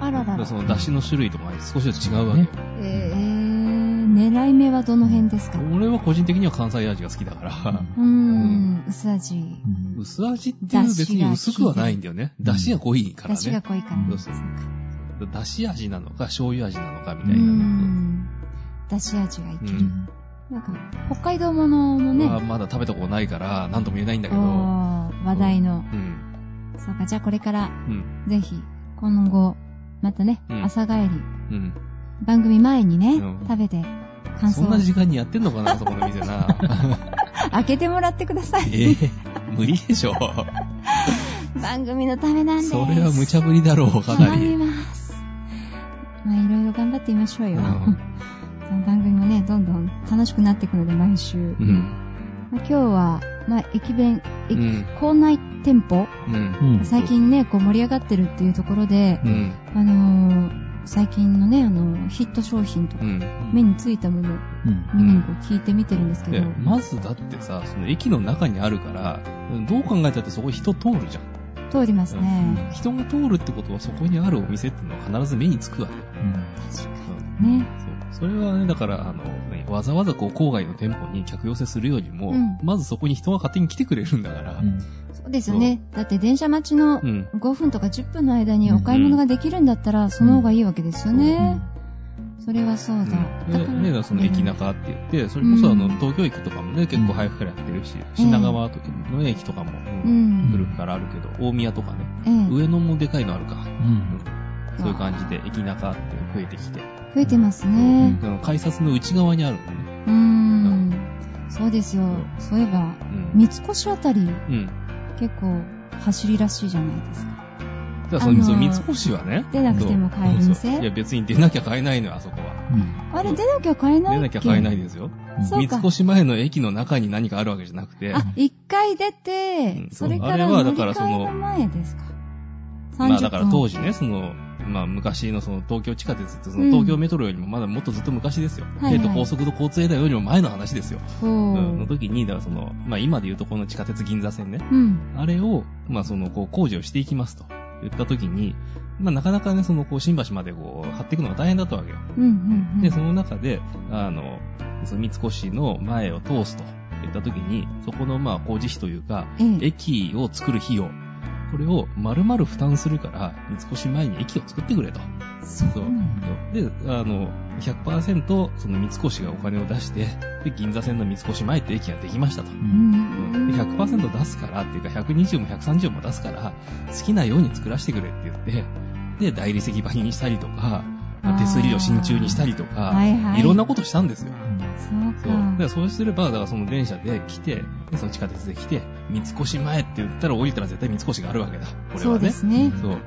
Speaker 1: あら
Speaker 2: だ
Speaker 1: ら
Speaker 2: から
Speaker 1: ら
Speaker 2: そ。の出汁の種類とか少しずつ違うわけよ。
Speaker 1: えー、狙い目はどの辺ですかう
Speaker 2: 俺は個人的には関西味が好きだから、
Speaker 1: ーん、薄味。
Speaker 3: うん
Speaker 2: 薄味っていう別に薄くはないんだよね。
Speaker 3: 出
Speaker 2: 出汁
Speaker 3: 汁が
Speaker 2: が濃いか
Speaker 1: 出
Speaker 2: らね。
Speaker 1: 汁が濃いから。
Speaker 2: そうそう
Speaker 1: そうか
Speaker 2: 出汁味なのか、醤油味なのか、み
Speaker 1: う
Speaker 2: た
Speaker 1: ー
Speaker 2: いなね。
Speaker 1: ん。出汁味がいい。
Speaker 2: うん。
Speaker 1: なんか、北海道もののね、
Speaker 2: はまだ食べたことないから、なんとも言えないんだけど。うん。
Speaker 1: おー話題の。
Speaker 2: うん。
Speaker 1: そうか、じゃあこれから、
Speaker 2: うん。
Speaker 1: ぜひ、今後、またね、
Speaker 2: うん
Speaker 1: 朝帰り、
Speaker 2: うん。
Speaker 1: 番組前にね、
Speaker 2: うん
Speaker 1: 食べて、感
Speaker 2: そ
Speaker 1: 想
Speaker 2: ん
Speaker 1: を
Speaker 2: な時間にやってんのかな、そこの店 な。
Speaker 1: 開けてもらってください。
Speaker 2: ええ無理でしょ。
Speaker 1: 番組のためなんです。
Speaker 2: それは無茶ぶりだろう、かな
Speaker 1: 頼み
Speaker 2: り。
Speaker 1: ます。まあ、いろいろ頑張ってみましょう
Speaker 2: う
Speaker 1: よ。
Speaker 2: ん。
Speaker 1: 番組もね、どんどん楽しくなっていくので、毎週。
Speaker 2: うん。
Speaker 1: まあ今日は、まあ、駅弁、
Speaker 2: う
Speaker 1: 駅
Speaker 2: ん。
Speaker 1: 校内店舗、
Speaker 2: うん。
Speaker 3: うん。
Speaker 1: 最近ね、こう盛り上がってるっていうところで、
Speaker 2: うん。
Speaker 1: あのー最近のね、あのーヒット商品とか
Speaker 2: う、ん。
Speaker 1: 目についたもの、
Speaker 3: うん
Speaker 1: 見にこう聞いてみてるんですけ
Speaker 2: で
Speaker 1: ど、
Speaker 2: まずだってさ、その駅の中にあるから、どう考えたってそこ人通るじゃん。
Speaker 1: 通ります
Speaker 3: う
Speaker 1: ね。
Speaker 3: ん
Speaker 2: 人が通るってことはそこにあるお店ってのは必ず目につくわけ。
Speaker 1: 確か
Speaker 2: うん
Speaker 1: にね。
Speaker 2: そうそれはね、だから、あの、ねわざわざこう郊外の店舗に客寄せするよりも、
Speaker 1: うん
Speaker 2: まずそこに人が勝手に来てくれるんだから
Speaker 3: う、ん
Speaker 1: そうですよね。だって電車待ちの
Speaker 2: うん。
Speaker 1: 5分とか10分の間にお買い物ができるんだったら、その方がいいわけですよね。それはそうだ。
Speaker 2: うんで
Speaker 1: だから
Speaker 2: ね、だからその駅中って言って、それこそあの、
Speaker 1: うん
Speaker 2: 東京駅とかもね、結構早くからやってるし、品川とかの駅とかも、
Speaker 1: う
Speaker 2: うん
Speaker 1: ん。
Speaker 2: 古くからあるけど、大宮とかね、
Speaker 1: ええ
Speaker 2: 上野もでかいのあるか、
Speaker 3: うん。
Speaker 2: そういう感じで、駅中って増えてきて、
Speaker 1: 増えてますね。
Speaker 2: あの改札の内側にあるんだよね。
Speaker 1: うーん。そうですよ。そういえば、
Speaker 2: う
Speaker 1: 三
Speaker 2: ん。
Speaker 1: 越あたり
Speaker 2: うん。
Speaker 1: 結構走りらしいじゃないですか。
Speaker 2: じゃあ、そ
Speaker 1: あの
Speaker 2: の、
Speaker 1: ー
Speaker 2: その三越はね。
Speaker 1: 出なくても買える
Speaker 2: そうそうい
Speaker 1: 店
Speaker 2: や、別に出なきゃ買えないのよ、あそこは。
Speaker 1: あれ出なきゃ買えない
Speaker 2: 出
Speaker 1: っけ
Speaker 2: なきゃ買えないですよ。
Speaker 1: そう
Speaker 2: 三
Speaker 1: か。
Speaker 2: 越前の駅の中に何かあるわけじゃなくて。
Speaker 1: あ、一回出
Speaker 2: う
Speaker 1: て
Speaker 2: ん、
Speaker 1: それから
Speaker 2: あれ
Speaker 1: 乗
Speaker 2: は
Speaker 1: り
Speaker 2: だから
Speaker 1: 換
Speaker 2: そ
Speaker 1: え
Speaker 2: の
Speaker 1: の前ですか。
Speaker 2: まあ、だから当
Speaker 1: 時。
Speaker 2: 時ね、その、まあ、昔のその東京地下鉄って、その東京メトロよりもまだもっとずっと昔ですよ。
Speaker 1: いはい
Speaker 2: 帝都高速度交通エリアよりも前の話ですよ。
Speaker 1: ほ
Speaker 2: うんの
Speaker 1: う。
Speaker 2: 時に、だからその、まあ、今で言うとこの地下鉄銀座線ね。
Speaker 1: うん。
Speaker 2: あれを、まあ、その、こう、工事をしていきますと言った時に、まあ、なかなかね、その、こう、新橋までこう、張っていくのが大変だったわけよ。
Speaker 1: うん。うん。
Speaker 2: で、その中で、あの、その三越の前を通すと言った時に、そこのまあ工事費というか、
Speaker 1: うん、ええ。
Speaker 2: 駅を作る費用、これを丸々負担するから、三越前に駅を作ってくれと。
Speaker 1: そうなんだ。
Speaker 2: で、あの、100%その三越がお金を出して、で、銀座線の三越前って駅ができましたと。
Speaker 1: う。
Speaker 2: うんんで100%出すからっていうか、120も130も出すから、好きなように作らせてくれって言って、で、大理石張りにしたりとか、まあ手すりを真鍮にしたりとか、
Speaker 1: はいはい。
Speaker 2: いろんなことしたんですよ。
Speaker 1: そう
Speaker 2: そう。だ
Speaker 1: か
Speaker 2: か。らそうすれば、だからその電車で来て、でその地下鉄で来て、三越前って言ったら降りたら絶対三越があるわけだ。これはね。
Speaker 1: そうですね。
Speaker 2: そう。うん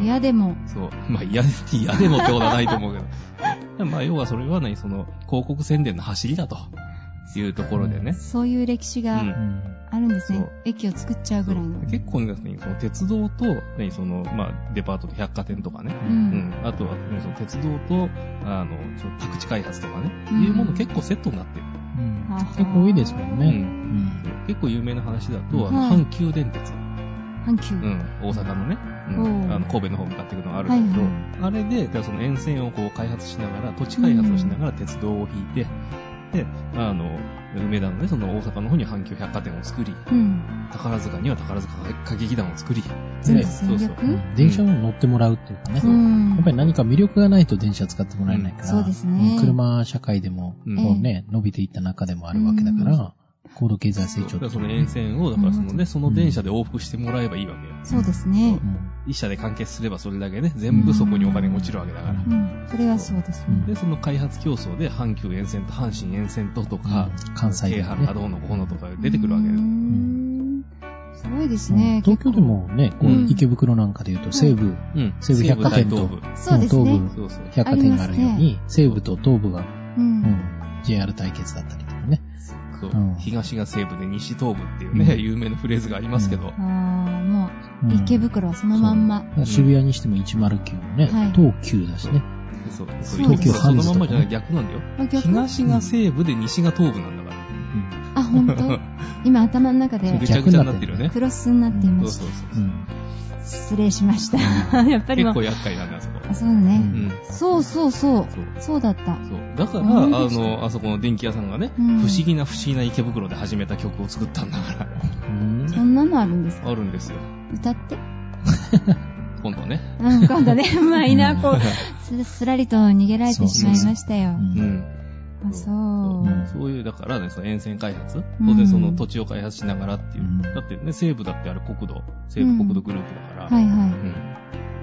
Speaker 1: 嫌でも。
Speaker 2: そう。まあ嫌で、嫌 でもってことはないと思うけど。まあ要はそれはね、その広告宣伝の走りだと。っていうところでね。
Speaker 1: そういう歴史
Speaker 2: う
Speaker 1: が
Speaker 2: ん
Speaker 1: あるんですね。
Speaker 2: そう
Speaker 1: 駅を作っちゃうぐらいの。
Speaker 2: 結構ね、その鉄道と、ね、その、まあ、デパートと百貨店とかね。
Speaker 1: う。
Speaker 2: うんん。あとは、ね、その鉄道と、あの、その宅地開発とかね。
Speaker 1: うん
Speaker 2: いうもの結構セットになってる。
Speaker 3: うん
Speaker 1: あは
Speaker 3: 結構多いですもん
Speaker 2: う
Speaker 3: ね。
Speaker 2: ん。
Speaker 3: うん
Speaker 2: 結構有名な話だと、あの、
Speaker 1: はい
Speaker 2: 阪急電鉄。
Speaker 1: 阪急。
Speaker 2: うん、大阪のね、う
Speaker 1: お
Speaker 2: ん、
Speaker 1: う
Speaker 2: あの神戸の方向かっていくのがあるんだけど、
Speaker 1: はい
Speaker 2: あれで、だからその沿線をこう開発しながら、土地開発をしながら鉄道を引いて、で、あの、梅田のね、その大阪の方に阪急百貨店を作り、
Speaker 1: うん。
Speaker 2: 宝塚には宝塚歌劇団を作り、
Speaker 1: 全部
Speaker 2: ねそうそう。
Speaker 1: 戦略
Speaker 3: 電車も乗ってもらうっていうかね。
Speaker 1: う
Speaker 3: や
Speaker 1: ん。
Speaker 3: っぱり何か魅力がないと電車使ってもらえないから。
Speaker 1: うんそうですね
Speaker 3: ん車社会でも、
Speaker 2: うん
Speaker 3: こうね、伸びていった中でもあるわけだから、高度経済成
Speaker 2: だ
Speaker 3: 長
Speaker 2: か
Speaker 3: と
Speaker 2: ら
Speaker 3: か
Speaker 2: そ
Speaker 3: も
Speaker 2: の
Speaker 3: ね
Speaker 2: 沿線を、だからその
Speaker 1: う
Speaker 2: ね、その電車で往復してもらえばいいわけよ。
Speaker 1: そうですね。
Speaker 2: 一社で完結すればそれだけね、全部そこにお金が落ちるわけだから。
Speaker 1: うん。それはそうです
Speaker 3: うん
Speaker 1: ね。
Speaker 2: で、その開発競争で阪急沿線と阪神沿線ととか、
Speaker 3: うん関西
Speaker 2: 京
Speaker 3: でも
Speaker 2: 阪
Speaker 3: ね
Speaker 2: がどうのこうのとか出てくるわけ
Speaker 1: う
Speaker 2: で
Speaker 1: ー
Speaker 2: す。
Speaker 1: ん。すごいです
Speaker 3: う
Speaker 1: ね
Speaker 3: ん。東京でもね、こう
Speaker 2: うん
Speaker 3: 池袋なんかで言うと西武、
Speaker 2: うん。
Speaker 3: 西武百貨店と
Speaker 2: 西武大東
Speaker 1: そうです
Speaker 3: 東
Speaker 1: ね。
Speaker 3: 武
Speaker 2: そうそう。
Speaker 3: 百貨店があるよう
Speaker 1: あ
Speaker 3: に、西武と東武が、
Speaker 1: う。
Speaker 3: うんん JR 対決だったりとかね。
Speaker 2: そう
Speaker 3: うん
Speaker 2: 東が西部で西東部っていうね、
Speaker 3: うん
Speaker 2: 有名なフレーズがありますけど、
Speaker 1: ああ、も
Speaker 3: うん
Speaker 1: う、池袋はそのまんま。
Speaker 3: だから渋谷にしても109もね、
Speaker 1: はい
Speaker 3: 東急だしね。
Speaker 2: そう
Speaker 1: そうです
Speaker 2: そのまんま
Speaker 3: 東急ハンズとかね
Speaker 2: じゃない逆なんだよ。
Speaker 1: あ逆
Speaker 2: 東が西部で西が東部なんだか
Speaker 1: あ、ほん と今頭の中
Speaker 2: ら、ぐ
Speaker 1: で
Speaker 2: ちゃぐちゃになってるよね。
Speaker 1: クロスになってい
Speaker 2: そ
Speaker 1: ま
Speaker 2: う
Speaker 1: し
Speaker 2: そうそう。
Speaker 3: うん
Speaker 1: た。失礼しました。やっぱり
Speaker 2: 結
Speaker 1: も
Speaker 2: 構
Speaker 1: う。
Speaker 2: 厄介なんだよ、あそこ。
Speaker 1: あ、そうだ
Speaker 3: う
Speaker 1: ね。
Speaker 2: うんん。
Speaker 1: そうそうそう。
Speaker 2: そう。
Speaker 1: そうだった。
Speaker 2: そう。だから、あ
Speaker 1: 思い出した
Speaker 2: の、あそこの電気屋さんがね、
Speaker 1: うん
Speaker 2: 不思議な不思議な池袋で始めた曲を作ったんだか、
Speaker 3: うん
Speaker 1: そんなのあるんですから
Speaker 2: あるんですよ。
Speaker 1: 歌って。
Speaker 2: 今度ね。
Speaker 1: うん、今度ね、 マイナーこう、
Speaker 2: う
Speaker 1: すすらりと逃げられてしまいましたよ。
Speaker 3: うん
Speaker 2: うん。
Speaker 1: あ、そう。
Speaker 3: ん
Speaker 2: そういう、だからね、その沿線開発、
Speaker 1: うん
Speaker 2: 当然その土地を開発しながらっていう。
Speaker 3: うん
Speaker 2: だってね、西部だってあれ国土、西部国土グループだから、
Speaker 1: はいはい。
Speaker 2: うん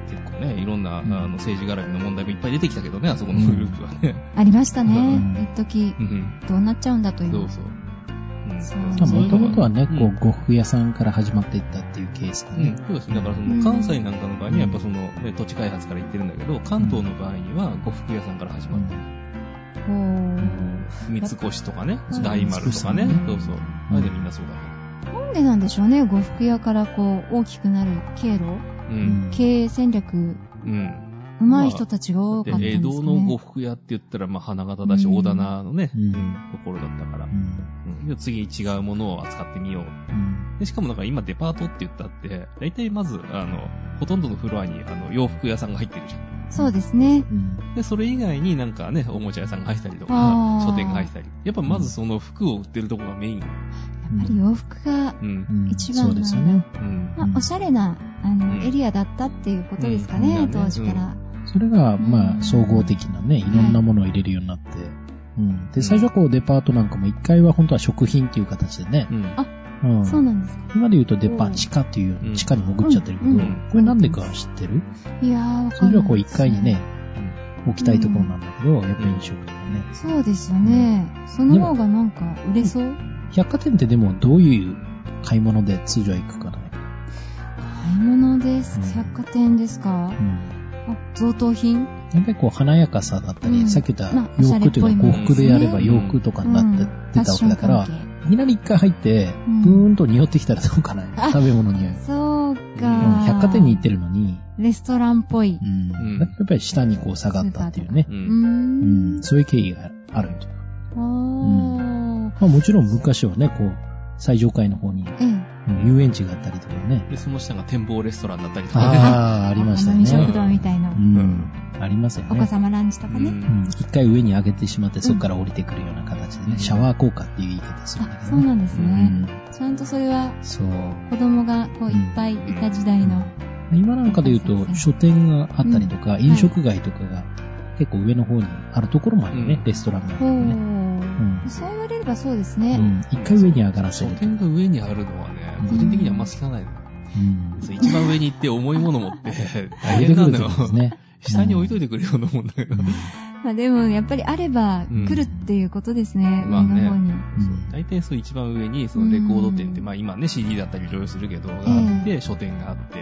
Speaker 2: 結構ね、いろんな、
Speaker 3: うん
Speaker 2: あの政治絡みの問題もいっぱい出てきたけどね、あそこのグループはね。
Speaker 1: ありましたね
Speaker 3: うん。
Speaker 1: 一時
Speaker 2: うん、
Speaker 1: どうなっちゃうんだとい
Speaker 2: そう
Speaker 1: う。
Speaker 2: そ
Speaker 1: そ
Speaker 2: う。
Speaker 1: う
Speaker 3: まあ
Speaker 1: そう
Speaker 3: もともとはね、
Speaker 2: うん
Speaker 3: こう、呉服屋さんから始まっていったっていうケースだ
Speaker 2: う
Speaker 3: ね
Speaker 2: ん。、そうですね。だからその、
Speaker 1: うん
Speaker 2: 関西なんかの場合には、やっぱその、ね、土地開発から行ってるんだけど、関東の場合には、呉服屋さんから始まってる。
Speaker 1: ほう
Speaker 2: 三越とかね
Speaker 1: う、ん
Speaker 2: 大丸とかね
Speaker 3: 三越、ね
Speaker 2: そうそう。あれでみんなそうだね。
Speaker 1: なんでなんでしょうね。呉服屋からこう、大きくなる経路、
Speaker 2: うん。
Speaker 1: 経営戦略、
Speaker 2: うん。
Speaker 1: 上手い人たちが多か
Speaker 2: で
Speaker 1: ったんです
Speaker 2: 江
Speaker 1: かね。
Speaker 2: 戸の呉服屋って言ったら、まあ、花形だし、
Speaker 1: うん
Speaker 2: 大棚のね、
Speaker 3: うん
Speaker 2: うんところだったから
Speaker 3: う、ん
Speaker 2: うんで次違うものを扱ってみよう。
Speaker 3: うん
Speaker 2: でしかもなんか今デパートって言ったって、大体まず、あの、ほとんどのフロアにあの洋服屋さんが入ってるじゃん。
Speaker 1: そうですね。
Speaker 3: うん
Speaker 2: で、それ以外になんかね、おもちゃ屋さんが入ったりとか
Speaker 1: あ、ー
Speaker 2: 書店が入ったり。やっぱまずその服を売ってるとこがメイン。
Speaker 1: やっぱり洋服が、
Speaker 2: うん
Speaker 3: う。ん
Speaker 1: 一番
Speaker 3: そうですよね。
Speaker 2: うん。
Speaker 1: まあ、おしゃれな、あ
Speaker 2: うん
Speaker 1: の、エリアだったっていうことですか
Speaker 2: う
Speaker 1: ね、
Speaker 2: ん
Speaker 1: 当時から。
Speaker 3: それが、
Speaker 1: う
Speaker 3: まあ、
Speaker 1: ん
Speaker 3: 総合的なね、いろんなものを入れるようになって。うん。で、最初はこう、デパートなんかも1階は本当は食品っていう形でね
Speaker 2: う。ん。
Speaker 1: あ
Speaker 3: うん。
Speaker 1: そうなんですか。
Speaker 3: 今で言うとデ
Speaker 1: う
Speaker 3: パ
Speaker 1: ん
Speaker 3: 地下っていうう、
Speaker 2: ん
Speaker 3: 地下に潜っちゃってるけど
Speaker 1: うん
Speaker 2: うん、
Speaker 3: これなんでか知ってる
Speaker 1: いやー、わ
Speaker 3: そ
Speaker 1: かん
Speaker 3: れじ
Speaker 1: な
Speaker 3: ゃ
Speaker 1: い。
Speaker 3: こう1階にね、置きたいところなんだけど、やっぱり飲食とかね。
Speaker 1: そうですよね。その方がなんか売れそう。
Speaker 3: 百貨店ってでもどういう買い物で通常は行くかな
Speaker 1: 買い物です
Speaker 3: うん。
Speaker 1: 百貨店ですか
Speaker 3: うん。
Speaker 1: あ、贈答品
Speaker 3: やっぱりこう華やかさだったり、
Speaker 1: うん
Speaker 3: さっき言った
Speaker 1: まあ
Speaker 3: 洋服というか
Speaker 2: おしゃれっぽ
Speaker 3: 呉
Speaker 2: いもの
Speaker 3: 服でやれば
Speaker 1: です
Speaker 2: ね
Speaker 3: 洋服とかになってってたわけだか
Speaker 1: う
Speaker 3: ら
Speaker 1: んファッション、関
Speaker 3: いきなり一回入って、
Speaker 1: う
Speaker 3: ブ
Speaker 1: ん
Speaker 3: ーンと匂ってきたらどうかな
Speaker 1: あ
Speaker 3: 食べ物の匂い。うん
Speaker 1: 係そうか。
Speaker 3: 百貨店に行ってるのに、
Speaker 1: レストランっぽい。
Speaker 3: うん
Speaker 2: うん
Speaker 3: やっぱり下にこう下がったっていうね
Speaker 2: う、。
Speaker 1: うん。
Speaker 3: うんん、そういう経緯があるんじゃない
Speaker 1: あ
Speaker 3: まあもちろん昔はね、こう、最上階の方に
Speaker 1: ー。ええ。
Speaker 3: うん遊園地があったりとかね。
Speaker 2: で、その下が展望レストランだったりとかね。
Speaker 3: ああ、ありました
Speaker 1: あの飲
Speaker 3: ね
Speaker 1: 食。堂みたいな
Speaker 3: う。ん、ありますよ
Speaker 1: お
Speaker 3: ね
Speaker 1: 子。様ランチとか
Speaker 2: う
Speaker 1: ね。
Speaker 3: うん
Speaker 2: ん。
Speaker 3: 一回上に上げてしまって、そこから降りてくるような形で
Speaker 2: うん
Speaker 3: ね、シャワー効果っていう言い方するんだ
Speaker 1: あ、
Speaker 3: け
Speaker 1: そ
Speaker 3: ど
Speaker 1: う
Speaker 3: ね。
Speaker 1: なんです
Speaker 2: う
Speaker 1: ね。
Speaker 3: ん
Speaker 1: ちゃんとそれは
Speaker 3: そう。
Speaker 1: 子供がこういっぱいいた時代の。
Speaker 3: 今なんかで言うと、書店があったりとか、
Speaker 1: ん
Speaker 3: 飲食街とかが結構上の方にあるところもあるよ
Speaker 2: う
Speaker 3: ね
Speaker 2: ん、
Speaker 3: レストランがある
Speaker 1: ほ
Speaker 3: よね。
Speaker 1: う。そう言われればそうですね。
Speaker 3: うん一回上に上がらせ
Speaker 2: 書
Speaker 3: ると。
Speaker 2: 店が上にあるのはね、個人的にはあんま好きないのよ。
Speaker 3: うん
Speaker 2: そう一番上に行って重いもの持って、大
Speaker 3: 上げ
Speaker 2: 変な
Speaker 3: てく
Speaker 2: ん
Speaker 3: る
Speaker 2: だ
Speaker 3: と
Speaker 2: よ
Speaker 3: こ。ですね。
Speaker 2: 下に置いといてくれようなもんだけど。
Speaker 1: まあでもやっぱりあれば来るっていうことですね、
Speaker 2: ま
Speaker 1: 上
Speaker 2: あね
Speaker 1: の方に。
Speaker 3: うん
Speaker 2: 大体そう一番上に、そのレコード店って、まあ今ね CD だったりいろいろするけど、があって、書店があって、
Speaker 3: うん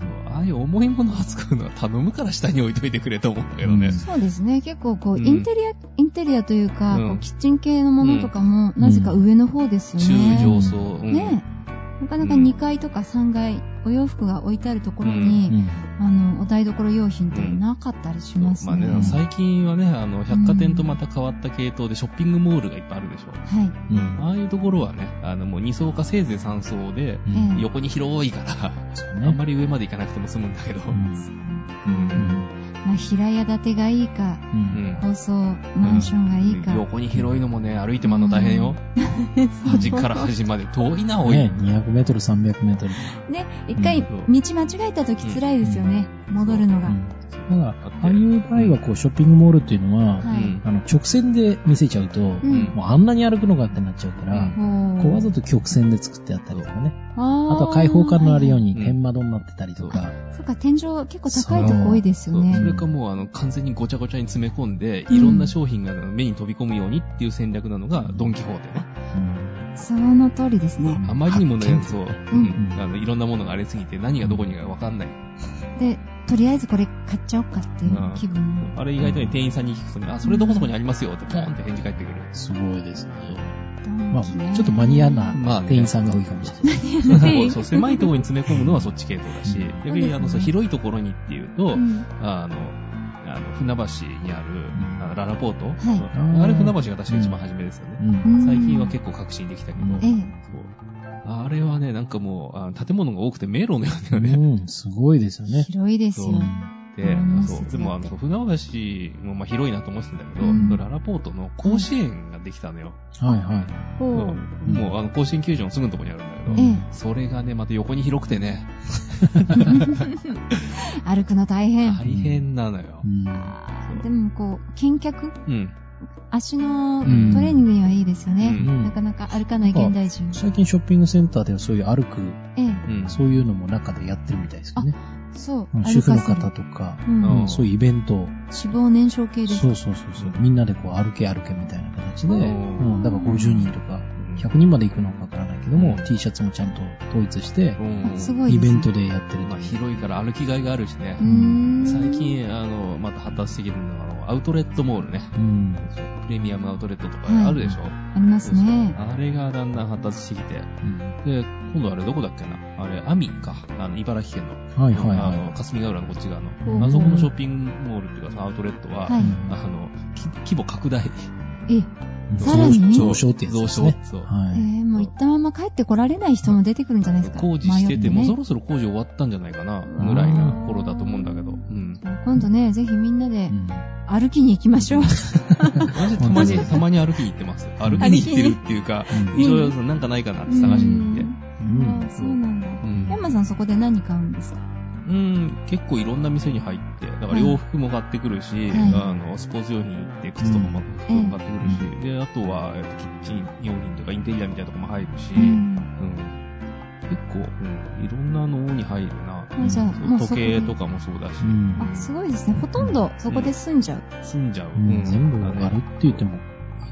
Speaker 2: そうああいいう重いものを扱うのは頼むから下に置いといてくれと思ったけどね。
Speaker 3: うん
Speaker 1: そうですね。結構こう、
Speaker 2: うん
Speaker 1: インテリア、インテリアというか、
Speaker 2: うん
Speaker 1: こうキッチン系のものとかも、なぜか上の方ですよ
Speaker 2: 中
Speaker 1: ね。
Speaker 2: 上層。うん
Speaker 1: ねえなかなか
Speaker 2: うん
Speaker 1: 2階とか3階、お洋服が置いてあるところ
Speaker 3: う
Speaker 1: に、
Speaker 3: ん
Speaker 1: あの、お台所用品ってなかったりします
Speaker 2: まあ
Speaker 1: ね。
Speaker 2: ね、
Speaker 1: は
Speaker 2: 最近はね、あの、百貨店とまた変わった系統でショッピングモールがいっぱいあるでしょ。
Speaker 1: い。
Speaker 3: うん
Speaker 2: ああいうところはね、あの、もう2層かせいぜい3層で、
Speaker 3: う
Speaker 1: え
Speaker 3: ん
Speaker 1: え
Speaker 2: 横に広いから、
Speaker 3: そう
Speaker 2: あんまり
Speaker 3: ね
Speaker 2: 上まで行かなくても済むんだけど。
Speaker 3: う
Speaker 2: うん
Speaker 3: ん
Speaker 2: うん
Speaker 1: まあ、平屋建てがいいか、
Speaker 2: う
Speaker 3: う
Speaker 2: んん
Speaker 1: 高層マンションがいいか。
Speaker 2: 横に広いのもね、歩いて回るの大変よ。端から端まで遠いな、おい。
Speaker 3: ね、200メートル、300メートル。
Speaker 1: ね、一回道
Speaker 2: うん
Speaker 1: 間違えた時辛いですよね。戻るのが。
Speaker 3: うんだから、ああいう場合は、こう、ショッピングモールっていうのは、
Speaker 1: はい
Speaker 2: うん
Speaker 3: あの、直線で見せちゃうと、
Speaker 1: うん
Speaker 3: もうあんなに歩くのかってなっちゃうから、
Speaker 2: うん
Speaker 3: こうわ
Speaker 1: わ
Speaker 3: ざと曲線で作ってあったりとかね。
Speaker 1: あ
Speaker 3: あとは開放感のあるよう
Speaker 1: に。
Speaker 3: に
Speaker 2: うん
Speaker 3: 天窓になってたりとか。
Speaker 1: そっか、天井結構高いとこ多いですよ
Speaker 2: そうそ
Speaker 1: ね。
Speaker 2: れかもうあの完全にごちゃごちゃに詰め込んで、いろんな商品が目に飛び込むようにっていう戦略なのがドン・キホーテね。
Speaker 3: うん
Speaker 1: その通りですね。
Speaker 2: あまりにもね、そう、うん
Speaker 3: ん
Speaker 2: あのいろんなものがありすぎて何がどこにかわかんない。
Speaker 1: で、とりあえずこれ買っちゃおうかっていう気分
Speaker 2: あれ意外とね、店員さんに聞くとね、あ、それどこそこにありますよってポンって返事返ってくる。
Speaker 3: すごいですね。ま
Speaker 1: ま
Speaker 3: あ、ちょっとマニアな
Speaker 2: まあね
Speaker 3: 店員さんが多いかもしれない。
Speaker 2: そうそう狭いところに詰め込むのはそっち系統だし、逆にあのそう広いところにっていうと、
Speaker 1: うん
Speaker 2: あの、あの船橋にあるあのララポート、
Speaker 3: い
Speaker 2: あれ船橋が確か一番初めですよね。
Speaker 3: うん
Speaker 2: 最近は結構革新できたけど、
Speaker 3: うん
Speaker 1: ええ
Speaker 2: そうあれはね、なんかもう、あの建物が多くて迷路のようだよね。
Speaker 3: うん、すごいですよね。
Speaker 1: 広いですよ。
Speaker 2: そうで
Speaker 1: うん、
Speaker 2: そう、
Speaker 1: うん
Speaker 2: でもあの、船橋もまあ広いなと思ってたんだけど、
Speaker 1: うん
Speaker 2: ララポートの甲子園ができたのよ。
Speaker 3: はいはい。
Speaker 2: そう
Speaker 1: こ
Speaker 3: ん
Speaker 2: もうあの、甲子園球場のすぐのとこにあるんだけど、
Speaker 1: うええ
Speaker 2: それがね、また横に広くてね、
Speaker 1: 歩くの大変。
Speaker 2: 大変なのよ
Speaker 3: う。ん
Speaker 1: あーでもこう、見脚
Speaker 2: うん。
Speaker 1: 足のトレーニングにはいいですよね。
Speaker 2: うん
Speaker 1: なかなか歩かない現代人。
Speaker 3: 最近ショッピングセンターではそういう歩く、
Speaker 1: ええ、
Speaker 2: うん。
Speaker 3: そういうのも中でやってるみたいですよね。
Speaker 1: そう
Speaker 3: う、ん主
Speaker 1: 歩
Speaker 3: 婦
Speaker 1: かせ
Speaker 3: の
Speaker 1: る
Speaker 3: 方とか、
Speaker 1: うん
Speaker 2: う
Speaker 1: 脂
Speaker 2: ん
Speaker 3: うんそういうイベントを
Speaker 1: 肪燃焼系です
Speaker 3: そうそうそうそう。みんなでこう歩け歩けみたいな形で、
Speaker 2: う
Speaker 3: うんん、だから50人とか100人まで行くのかわからないけども、
Speaker 2: うん
Speaker 3: T シャツもちゃんと統一して
Speaker 2: う、
Speaker 1: あ
Speaker 2: ん。
Speaker 1: すごい
Speaker 3: イ
Speaker 1: です、
Speaker 3: ベ
Speaker 1: ね。
Speaker 3: ントでやってる
Speaker 2: ま
Speaker 3: と
Speaker 2: あ、。広いから歩きがいがあるしね
Speaker 1: う。ーん
Speaker 2: 最近、あの、また発達してきてるのがあの、アウトレットモールね。
Speaker 3: うん。
Speaker 2: プレミアムアウトレットと
Speaker 1: はい
Speaker 2: かあるでしょ、
Speaker 1: ありますね。
Speaker 2: あれがだんだん発達してきて。で、今度あれどこだっけなあれ、アミか。あの、茨城県の。
Speaker 3: はいはい
Speaker 2: あ
Speaker 3: は
Speaker 2: の、霞ヶ浦のこっち側の。
Speaker 1: うん
Speaker 2: あそこのショッピングモールっていうかさ、アウトレットは、
Speaker 1: はい。
Speaker 2: あの、き規模拡大。
Speaker 1: ええ、
Speaker 3: い。
Speaker 1: さらに
Speaker 3: 増床ってやつ
Speaker 2: 増
Speaker 3: です
Speaker 2: 床
Speaker 3: ね。。
Speaker 2: そう。
Speaker 1: え
Speaker 3: は
Speaker 1: ーもう行ったまま帰ってこられない人も出てくるんじゃないですか。
Speaker 2: 工事してて、も
Speaker 1: 迷
Speaker 2: う
Speaker 1: って
Speaker 2: そ
Speaker 1: ね
Speaker 2: ろそろ工事終わったんじゃないかな、ぐらいな頃だと思うんだけど。 うん。
Speaker 1: 今度ね、ぜひみんなで
Speaker 3: い。うん
Speaker 1: 歩きに行きましょう。
Speaker 2: 私たまに、たまに歩きに行ってます。歩きに行ってるっていうか、
Speaker 3: う
Speaker 2: いろいろなんかないかなって探しに行って。
Speaker 1: うんあーそうなんだ。
Speaker 2: うん
Speaker 1: 山さんそこで何買うんですか
Speaker 2: うん、結構いろんな店に入って、だから洋服も買ってくるし、
Speaker 1: はい
Speaker 2: あの、スポーツ用品行って靴とかも服も買ってくるし、で、あとは、えっとキッチン用品とかインテリアみたいなとこも入るし、うん、結構、うん、いろんなのに入るな。
Speaker 1: あじゃあ、
Speaker 2: そう
Speaker 1: もうそ
Speaker 2: 時
Speaker 1: こ
Speaker 2: 計
Speaker 1: で。
Speaker 2: とかもそうだし、
Speaker 3: うん
Speaker 1: あ、すごいですね。ほとんどそこで住んじゃう。
Speaker 2: 住んじゃう。
Speaker 3: うん全部
Speaker 2: あの
Speaker 3: あるって言っても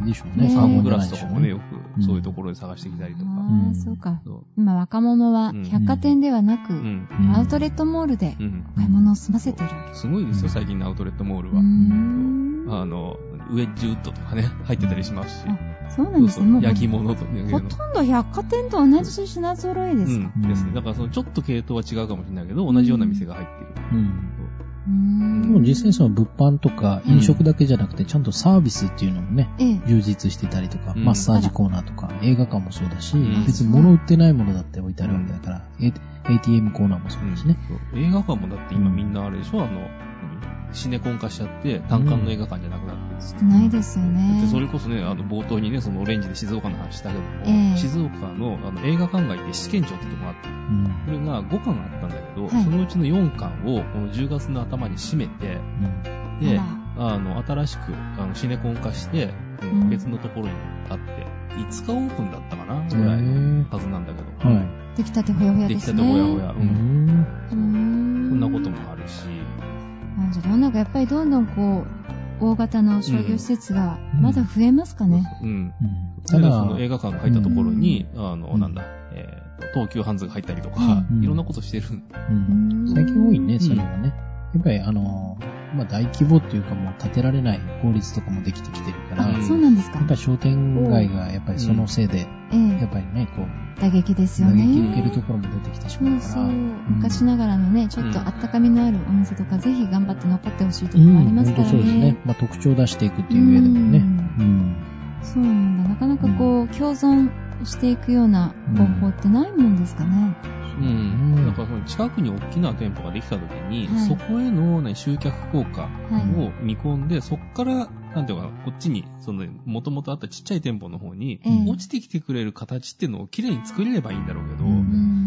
Speaker 3: いいでしょうね。
Speaker 1: ね
Speaker 2: サ
Speaker 3: 過
Speaker 2: ン
Speaker 3: 言
Speaker 2: グ
Speaker 3: じ
Speaker 2: ラ
Speaker 3: ゃない
Speaker 2: スと
Speaker 3: でし
Speaker 2: か
Speaker 3: ょう
Speaker 2: もね、
Speaker 3: ね
Speaker 2: よ。く、そういうところで探してきたりとか。
Speaker 1: あ
Speaker 3: う
Speaker 1: あ、
Speaker 3: ん
Speaker 1: そうか。
Speaker 2: そ
Speaker 1: 今若者は
Speaker 2: うん
Speaker 1: 百貨店ではな
Speaker 2: う。う
Speaker 1: く、
Speaker 2: ん。
Speaker 1: アウトレ
Speaker 3: ッ
Speaker 1: ットモールで
Speaker 2: うん。
Speaker 1: 買い物を済ませているわけ。
Speaker 2: すごいですよ、最近のアウトレットモール
Speaker 1: うー
Speaker 2: は。
Speaker 1: ん。
Speaker 2: あの、ウェッジウッドとかね、 入ってたりしますし。
Speaker 1: そうなんですね。もう
Speaker 2: 焼き物とかいうの
Speaker 1: ほとんど百貨店と同じ品揃えですか。
Speaker 2: うん、ですね。だからそのちょっと系統は違うかもしれないけど、同じような店が入ってる。
Speaker 3: ト。うん。
Speaker 1: うーん
Speaker 3: でも実際その物販とか飲食だけじゃなくて、ちゃんとサービスっていうのもね、
Speaker 1: ええ。
Speaker 3: 充実してたりとか、
Speaker 2: うん
Speaker 3: マッサージコーナーとか、映画館もそうだし、
Speaker 2: うん
Speaker 3: 別に物売ってないものだって置いてあるわけだから、A- ATM コーナーもそうだしね。
Speaker 2: そう映画館もだって今みんなあれでしょあの、何シネコン化しちゃって、単館の映画館じゃなくなってる。
Speaker 1: 少ないですよね。
Speaker 2: でそれこそね、あの、冒頭にね、そのオレンジで静岡の話したけども、
Speaker 1: ええ
Speaker 2: 静岡のあの映画館街って試験場ってとこがあって、
Speaker 3: うん
Speaker 2: これが5館あったんだけど、
Speaker 1: はい
Speaker 2: そのうちの4館をこの10月の頭に閉めて、で、あの、新しく、あの、シネコン化して、うん
Speaker 1: うん
Speaker 2: 別のところにあって、5日オープンだったかな
Speaker 3: うん
Speaker 2: ぐらいの
Speaker 3: へ
Speaker 2: はずなんだけど。
Speaker 3: えは
Speaker 1: できたてほやほやで
Speaker 2: でき
Speaker 1: すね。
Speaker 2: たてほやほや。う。
Speaker 3: い。うんん
Speaker 1: うー
Speaker 2: そ
Speaker 1: ん。
Speaker 2: んなこともあるし。
Speaker 1: あ。じゃあ世の中やっぱりどんどんこう、大型の商業施設が
Speaker 3: うん
Speaker 1: まだ増えますかね。
Speaker 2: うん。
Speaker 3: うん
Speaker 2: た
Speaker 3: た
Speaker 2: だ、
Speaker 3: だ、
Speaker 2: その映画館が入ったところに、あの、
Speaker 3: うん
Speaker 2: なんだ、えっと、東急ハンズが入ったりとか、
Speaker 3: うん
Speaker 2: いろんなことしてる。
Speaker 3: うん
Speaker 1: うん
Speaker 3: 最近多いね、そういうのがね。やっぱり、あの、まあ、大規模っていうかもう建てられない法律とかもできてきてるから、
Speaker 1: あ
Speaker 2: ん、
Speaker 1: そうなんですか
Speaker 3: やっ。ぱり商店街がやっぱりそのせいで、
Speaker 1: え
Speaker 3: や
Speaker 1: え
Speaker 3: っ。ぱりね、こう、
Speaker 1: 打撃ですよ
Speaker 3: 打撃
Speaker 1: ね。
Speaker 3: 受けるところも出てきてし
Speaker 1: そ
Speaker 3: ま
Speaker 1: う
Speaker 3: うか
Speaker 1: そ
Speaker 3: ら、
Speaker 1: う。昔ながらのね、ちょっとあったかみのあるお店とか、ぜひ頑張って残ってほしいところもあります
Speaker 3: 本
Speaker 1: か
Speaker 3: 当
Speaker 1: ら
Speaker 3: そうですね
Speaker 1: ね。。
Speaker 3: まあ、特徴を出していくっていう上でもね、
Speaker 1: うん
Speaker 3: うん。
Speaker 1: そうなんだ。なかなかこう、共存していくような方法ってないもんですかね。
Speaker 2: うん
Speaker 3: うん
Speaker 2: だからその近くに大きな店舗ができた時に、
Speaker 1: はい
Speaker 2: そこへの、ね、集客効果
Speaker 1: はい。
Speaker 2: を見込んで、そこから、なんていうのかな、こっちに、その、もともとあったちっちゃい店舗の方に、
Speaker 1: ええ
Speaker 2: 落ちてきてくれる形っていうのをきれいに作れればいいんだろうけど、
Speaker 3: う
Speaker 1: うんん。
Speaker 2: うん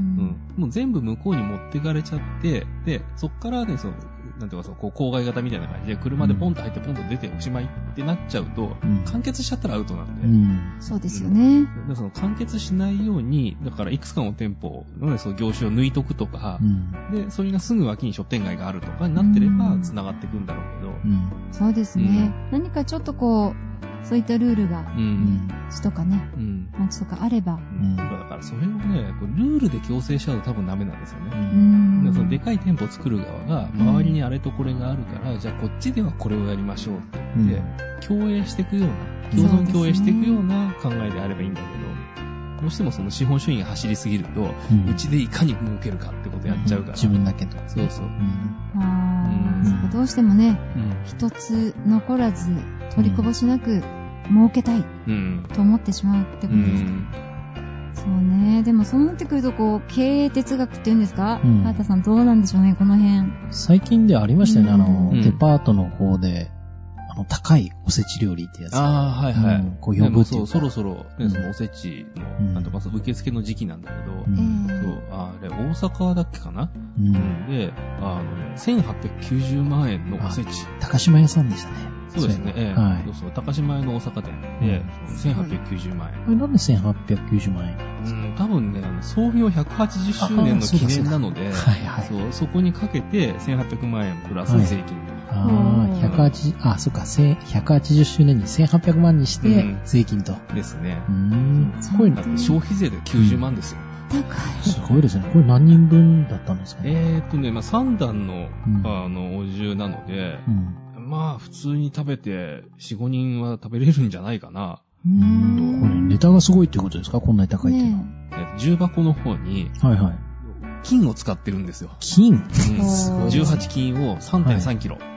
Speaker 2: もう全部向こうに持ってかれちゃって、で、そっからね、その、なんていうか、その、こう、郊外型みたいな感じで、車でポンと入ってポンと出ておしまいってなっちゃうと、
Speaker 3: うん
Speaker 2: 完結しちゃったらアウトなんで、
Speaker 3: うん。
Speaker 1: そうですよね。
Speaker 2: だからその、完結しないように、だから、いくつかの店舗のね、その業種を抜いとくとか
Speaker 3: う、ん。
Speaker 2: で、それがすぐ脇に商店街があるとかになってれば
Speaker 1: う、ん
Speaker 2: 繋がっていくんだろうけど、
Speaker 3: うん。
Speaker 1: そうですね。何かちょっとこう、そういったルールが、
Speaker 2: う。
Speaker 3: うんん。
Speaker 1: 市とかね、
Speaker 2: うん。
Speaker 1: 町とかあれば。
Speaker 3: うん
Speaker 2: だから、それをね、こうルールで強制しちゃうと多分ダメなんですよね。
Speaker 1: うん
Speaker 2: でそのでかい店舗を作る側が、周りにあれとこれがあるから、じゃあこっちではこれをやりましょうって
Speaker 3: う
Speaker 2: 言
Speaker 3: ん
Speaker 2: って、共栄していくよう
Speaker 1: そ
Speaker 2: な、
Speaker 1: うですね
Speaker 2: 共存共栄していくような考えであればいいんだけど、どうしてもその資本主義が走りすぎると、うちでいかに儲けるかってことやっちゃうから。
Speaker 3: 自分だけと。
Speaker 2: そうそう。
Speaker 3: うん。
Speaker 1: あ
Speaker 2: うん
Speaker 1: あ、そうかどうしてもね、
Speaker 2: うん。
Speaker 1: 一つ残らず、取りこぼしなく、儲けたい
Speaker 2: うん。
Speaker 1: と思ってしまうって
Speaker 2: う
Speaker 1: ことですか。
Speaker 2: ん。
Speaker 1: そうね。でもそうなってくると、こう、経営哲学っていうんですか
Speaker 3: うん
Speaker 1: ハータさんどうなんでしょうね、この辺。
Speaker 3: 最近ではありましたよね、あの、
Speaker 2: うん
Speaker 3: デパートの方で、あの、高いおせち料理ってやつ。
Speaker 2: ああ、はいはい。
Speaker 3: うんこう呼ぶって
Speaker 2: そ、
Speaker 3: いううか
Speaker 2: そろそろ、
Speaker 3: う
Speaker 2: ね、
Speaker 3: ん
Speaker 2: そのおせち
Speaker 3: う
Speaker 2: の、
Speaker 3: ん
Speaker 2: なんとかその受付の時期なんだけど、
Speaker 3: うん
Speaker 2: そう、ああれ、大阪だっけかな
Speaker 3: うん。
Speaker 2: で、あのね、1890万円のおせち。
Speaker 3: 高島屋さんでしたね。
Speaker 2: そうですね。ええ
Speaker 3: は
Speaker 2: そ。
Speaker 3: いう
Speaker 2: そう。高島屋の大阪店で、その1890万円。
Speaker 3: これなんで1890万円
Speaker 2: うん、多分ね、あの創業180周年の記念なので、
Speaker 3: はいはい。
Speaker 2: そう、そこにかけて1800万円プラス税金で。
Speaker 3: あ
Speaker 1: うん
Speaker 3: あ、180、あ、そっか、せ180周年に1800万にし
Speaker 2: う
Speaker 3: て
Speaker 2: ん、
Speaker 3: 税金と。
Speaker 2: ですね
Speaker 3: う。ん。
Speaker 1: そ
Speaker 3: こ
Speaker 1: う
Speaker 3: れ
Speaker 2: だっ、て消費税で90万ですよ。
Speaker 1: 高い。
Speaker 3: すごいですね。これ何人分だったんですかね。
Speaker 2: えーっとね、まあ3段の、
Speaker 3: うん
Speaker 2: あの、お重なので、
Speaker 3: うん。
Speaker 2: まあ普通に食べて4、5人は食べれるんじゃないかな。
Speaker 1: うーん
Speaker 3: これ、ネタがすごいってことですかこんなに高いっていうのは。
Speaker 1: ね
Speaker 2: えー重箱の方に
Speaker 3: はいはい。
Speaker 2: 金を使ってるんですよ。
Speaker 3: 金
Speaker 2: うん
Speaker 1: すごいですね
Speaker 2: 18金を3.3キロ。
Speaker 1: え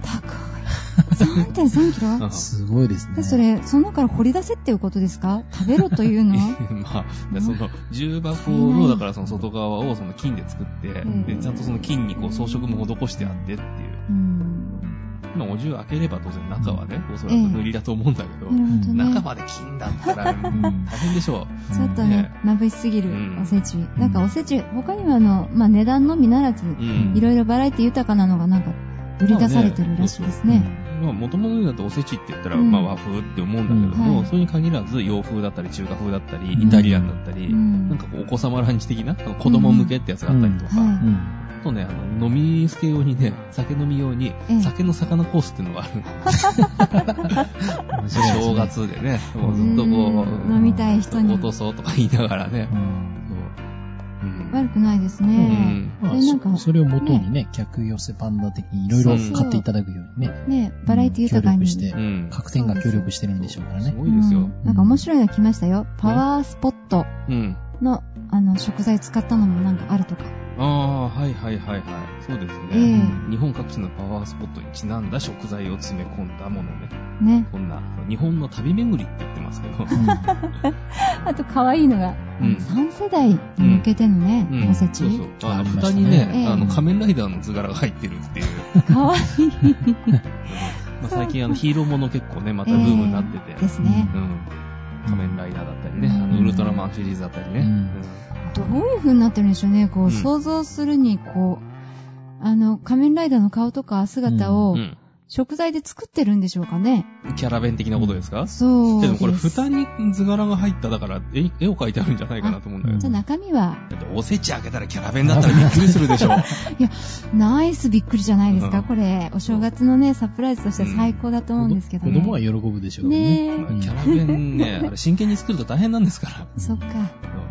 Speaker 1: 高い。3.3キロ
Speaker 2: うん
Speaker 3: すごいですね。
Speaker 1: で、それ、その中から掘り出せっていうことですか食べろという の
Speaker 2: まあ、でその、重箱の、だからその外側をその金で作って、
Speaker 1: ん
Speaker 2: で、ちゃんとその金にこう装飾も施してあってっていう。
Speaker 1: うん。
Speaker 2: まあ、お重開ければ当然中はね、おそらく塗りだと思うんだけ
Speaker 1: なる
Speaker 2: ど、
Speaker 1: ほどね。
Speaker 2: 中まで金だったら、
Speaker 3: うん、
Speaker 2: 大変でしょ
Speaker 1: ちょっと
Speaker 2: ね
Speaker 1: ね、眩しすぎる
Speaker 2: うん
Speaker 1: おせち。なんかおせち、他にはあの、まあ値段のみならず、
Speaker 2: う。う
Speaker 1: い
Speaker 2: ん。
Speaker 1: ろいろバラエティ豊かなのがなんか、売り出されてるらしいですね。
Speaker 2: まあ、もともとだとおせちって言ったら、
Speaker 1: うん
Speaker 2: まあ和風って思うんだけれど
Speaker 1: う
Speaker 2: も、
Speaker 1: ん
Speaker 2: それに限らず洋風だったり中華風だったり、
Speaker 3: うん
Speaker 2: イタリアンだったり、
Speaker 1: うん
Speaker 2: なんかこうお子様ランチ的な、子供向けってやつがあったりとか、
Speaker 1: うんはい
Speaker 3: うん。
Speaker 2: あとね、あの、飲み捨て用にね、酒飲み用に
Speaker 1: ええ、
Speaker 2: 酒の魚コースっていうのがあるの。
Speaker 3: 面白いですね
Speaker 2: 正。月でね、もうず
Speaker 1: う
Speaker 2: っとこ
Speaker 1: ん飲みたい人
Speaker 2: う、
Speaker 1: に
Speaker 2: 落とそうとか言いながらね
Speaker 3: う。ん。
Speaker 2: うん
Speaker 1: 悪くないです
Speaker 2: う
Speaker 1: ね。
Speaker 2: ん
Speaker 3: ま
Speaker 1: えなんか
Speaker 3: あ、そそれを元にね、客寄せパンダ的にいろいろ買っていただくようにね、
Speaker 1: ねバラエティ豊か
Speaker 3: 協
Speaker 1: に。
Speaker 3: 力して
Speaker 2: う、ん。
Speaker 3: 各店が協力してるんでしょうから
Speaker 2: す
Speaker 3: ね。
Speaker 2: ごいです
Speaker 1: う
Speaker 2: よ。
Speaker 1: んなんか面白いの来ましたよ。パワースポット
Speaker 2: うん。
Speaker 1: の、あの、食材使ったのもなんかあるとか。
Speaker 2: ああ、はいはいはいはい。そうです
Speaker 1: ええ
Speaker 2: ね。日本各地のパワースポットにちなんだ食材を詰め込んだものね。
Speaker 1: ね。
Speaker 2: こんな、日本の旅巡りって言ってますけど。
Speaker 1: あと、可愛いのが、
Speaker 2: うん
Speaker 1: 3世代に向けてのね、
Speaker 2: うん
Speaker 1: おせち
Speaker 2: そう。そう。あの、
Speaker 3: ありました
Speaker 2: 蓋
Speaker 3: ね
Speaker 2: に
Speaker 1: え
Speaker 2: ね
Speaker 1: え、
Speaker 2: あの、仮面ライダーの図柄が入ってるっていう。
Speaker 1: 可愛い
Speaker 2: まあ、最近あのヒーローもの結構ね、またブームになってて。
Speaker 1: ですね。
Speaker 2: うん。仮面ライダーだったりね、あの、ウルトラマンシリーズだったりね。
Speaker 3: うん
Speaker 1: どういう風になってるんでしょうね。こ
Speaker 2: うん
Speaker 1: う、想像するに、こう、あの、仮面ライダーの顔とか姿
Speaker 2: う
Speaker 1: を
Speaker 2: ん。
Speaker 1: 食材で作ってるんでしょうかね。
Speaker 2: キャラ弁的なことですか、
Speaker 1: そう
Speaker 2: で
Speaker 1: です。
Speaker 2: もこれ蓋に図柄が入っただから絵絵を描いてあるんじゃないかなと思うんだけど。
Speaker 1: じゃあ中身は、
Speaker 2: だっておせち開けたらキャラ弁だったらびっくりするでしょ。
Speaker 1: ナイスびっくりじゃないですか、
Speaker 2: うん
Speaker 1: これ。お正月のね、サプライズとしては最高だと思うんですけど
Speaker 5: 子
Speaker 1: ね。
Speaker 5: 供は喜ぶでしょうね。
Speaker 1: ねえ、
Speaker 2: まあキャラ弁ね、あれ真剣に作ると大変なんですから。
Speaker 1: そっか。
Speaker 2: うん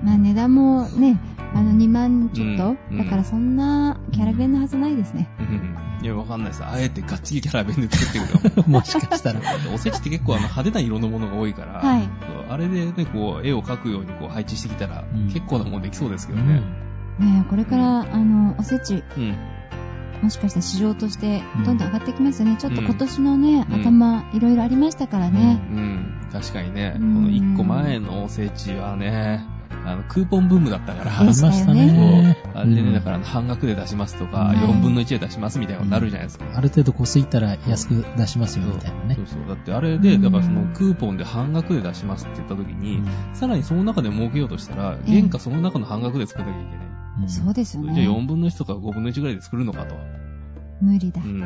Speaker 1: まあ値段もね、あの2万ちょっと、
Speaker 2: うん
Speaker 1: だからそんなキャラ弁のはずないですね。
Speaker 2: うんいや、わかんないです。あえてガッチリキャラ弁で作ってるかも。
Speaker 5: もしかしたら。
Speaker 2: おせちって結構あの派手な色のものが多いから、
Speaker 1: はい
Speaker 2: そうあれでね、こう、絵を描くようにこう配置してきたら、
Speaker 5: うん
Speaker 2: 結構なもんできそうですけ
Speaker 5: う
Speaker 2: どね。
Speaker 5: ん
Speaker 1: ねえこれから、あの、おせち、
Speaker 2: うん。
Speaker 1: もしかしたら市場として
Speaker 5: うん
Speaker 1: どんどん上がってきますよね。ちょっと今年のね、
Speaker 2: うん
Speaker 1: 頭、いろいろありましたからね。
Speaker 2: うん。確かにね、こ
Speaker 1: うん
Speaker 2: の一個前のおせちはね、あの、クーポンブームだったから、
Speaker 5: ありましたね。
Speaker 2: あれで
Speaker 5: う
Speaker 2: ね、
Speaker 5: ん
Speaker 2: だからあの半額で出しますとか、
Speaker 1: うん
Speaker 2: 4分の1で出しますみたいなことになるじゃないですか。
Speaker 5: ある程度こすいたら安く出しますよみたいなね
Speaker 2: そ。うそう。だってあれで、だからその
Speaker 1: うん
Speaker 2: クーポンで半額で出しますって言った時に、さらにその中で儲けようとしたら、
Speaker 1: ええ
Speaker 2: 原価その中の半額で作んなきゃいけない。
Speaker 5: うん
Speaker 1: そうですよ
Speaker 2: じゃあ
Speaker 1: ね。
Speaker 2: 4分の1とか5分の1ぐらいで作るのかと。
Speaker 1: 無理だ
Speaker 2: う、ん。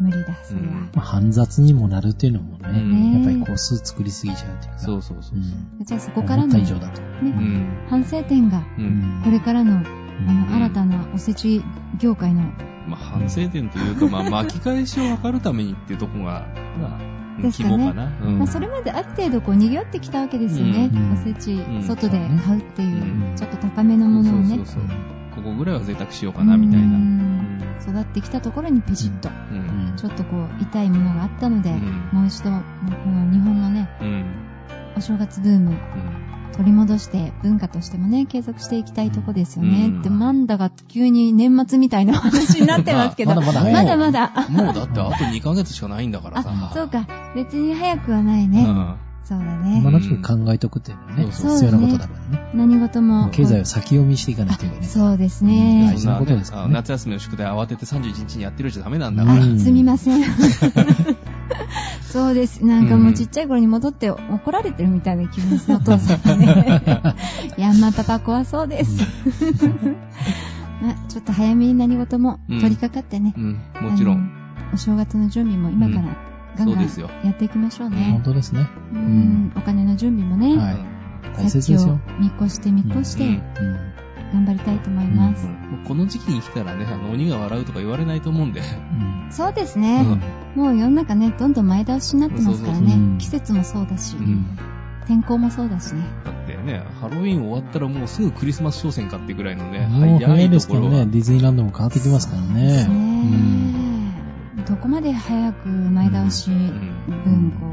Speaker 1: 無理だ、それ
Speaker 2: うん
Speaker 1: は。
Speaker 5: まあ、煩雑にもなるっていうのもね、
Speaker 2: うん
Speaker 5: やっぱり個数作りすぎちゃうっていうか。
Speaker 2: そうそうそうう。
Speaker 5: ん。
Speaker 1: じゃあそこ
Speaker 5: 思
Speaker 1: から
Speaker 5: っ
Speaker 1: の、
Speaker 5: た以
Speaker 1: ね
Speaker 5: 上、だと。
Speaker 2: うん。
Speaker 1: 反省点が、
Speaker 5: う
Speaker 2: う。
Speaker 5: ん
Speaker 1: これからの、
Speaker 5: う
Speaker 1: あ
Speaker 5: ん
Speaker 1: の、新たなおせち業界の、
Speaker 2: まあ、反省点というか、まあ、巻き返しを図るためにっていうとこが、まあ、
Speaker 1: ですかね
Speaker 2: 希望かな。うん
Speaker 1: まあそれまである程度こう賑わってきたわけですよね
Speaker 5: う。ん
Speaker 1: おせち
Speaker 2: う、ん
Speaker 1: 外で買うっていうう、
Speaker 5: ん
Speaker 1: ちょっと高めのものをね
Speaker 2: そう。そうそう。ここぐらいは贅沢しようかな、みたいうな。うん
Speaker 1: ん育ってきたところにピシッと、
Speaker 2: う。
Speaker 5: うんん
Speaker 1: ちょっとこう、痛いものがあったので、
Speaker 2: うん
Speaker 1: もう一度、もうこの日本のね、
Speaker 2: うん。
Speaker 1: お正月ブーム、
Speaker 2: うん
Speaker 1: 取り戻して、文化としてもね、継続していきたいとこですよね。
Speaker 2: うん
Speaker 1: で、なんだか急に年末みたいなお話になってますけど、
Speaker 5: まあまだまだ
Speaker 1: まだまだ。
Speaker 2: もうだってあと2ヶ月しかないんだから
Speaker 1: あ
Speaker 2: さ、。
Speaker 1: そうか、別に早くはないうね。
Speaker 2: ん。
Speaker 1: そうだ
Speaker 5: 今
Speaker 1: ね。
Speaker 5: のうちに考えとくっていうのはね、
Speaker 2: そう
Speaker 1: そう
Speaker 5: 必要なことだからね。
Speaker 1: 何事も。
Speaker 5: 経済を先読みしていかないといけない。
Speaker 1: そうです
Speaker 5: うん
Speaker 1: ね
Speaker 5: 大。事なことですからね
Speaker 2: あ夏休みの宿題慌てて31日にやってるじゃダメなんだから。
Speaker 5: う
Speaker 1: あ
Speaker 5: ん
Speaker 1: すみません。 そうです。なんかもうちっちゃい頃に戻って怒られてるみたいな気分ですね、お父さんが ね。山パパ怖そうです。 まあちょっと早めに何事も取り掛かってね
Speaker 2: う。ん。もちろん。
Speaker 1: あの。お正月の準備も今からガン
Speaker 2: そう
Speaker 1: ガン
Speaker 2: ですよ
Speaker 1: やっていきましょう
Speaker 5: 本
Speaker 1: ね。
Speaker 5: 当ですね。
Speaker 1: うんんお金の準備もね、
Speaker 5: は
Speaker 2: う
Speaker 5: い
Speaker 2: ん
Speaker 5: 大切
Speaker 1: 先
Speaker 5: です
Speaker 1: を
Speaker 5: よ。
Speaker 1: 見越して見越し
Speaker 2: う
Speaker 1: て
Speaker 2: ん
Speaker 5: うん
Speaker 1: 頑張りたいと思いま
Speaker 2: う
Speaker 1: す。
Speaker 2: んもうこの時期に来たらね、あの鬼が笑うとか言われないと思うんで。
Speaker 5: うん
Speaker 1: そうです
Speaker 2: う
Speaker 1: ね。
Speaker 2: ん
Speaker 1: もう世の中ね、どんどん前倒しになってますから
Speaker 5: そうそうそうう
Speaker 1: ね
Speaker 5: ん。
Speaker 1: 季節もそうだし
Speaker 2: う、
Speaker 5: うん
Speaker 1: 天候もそうだしね。
Speaker 2: だってね、ハロウィン終わったらもうすぐクリスマス商戦かってぐらいのね、
Speaker 5: もう早いです
Speaker 2: と
Speaker 5: け
Speaker 2: こ
Speaker 5: ど
Speaker 2: ろ
Speaker 5: ね、ディズニーランドも変わってきますから
Speaker 1: で
Speaker 5: ね。
Speaker 1: す
Speaker 5: うん
Speaker 1: ね。どこまで早く前倒し
Speaker 2: うん
Speaker 1: 文庫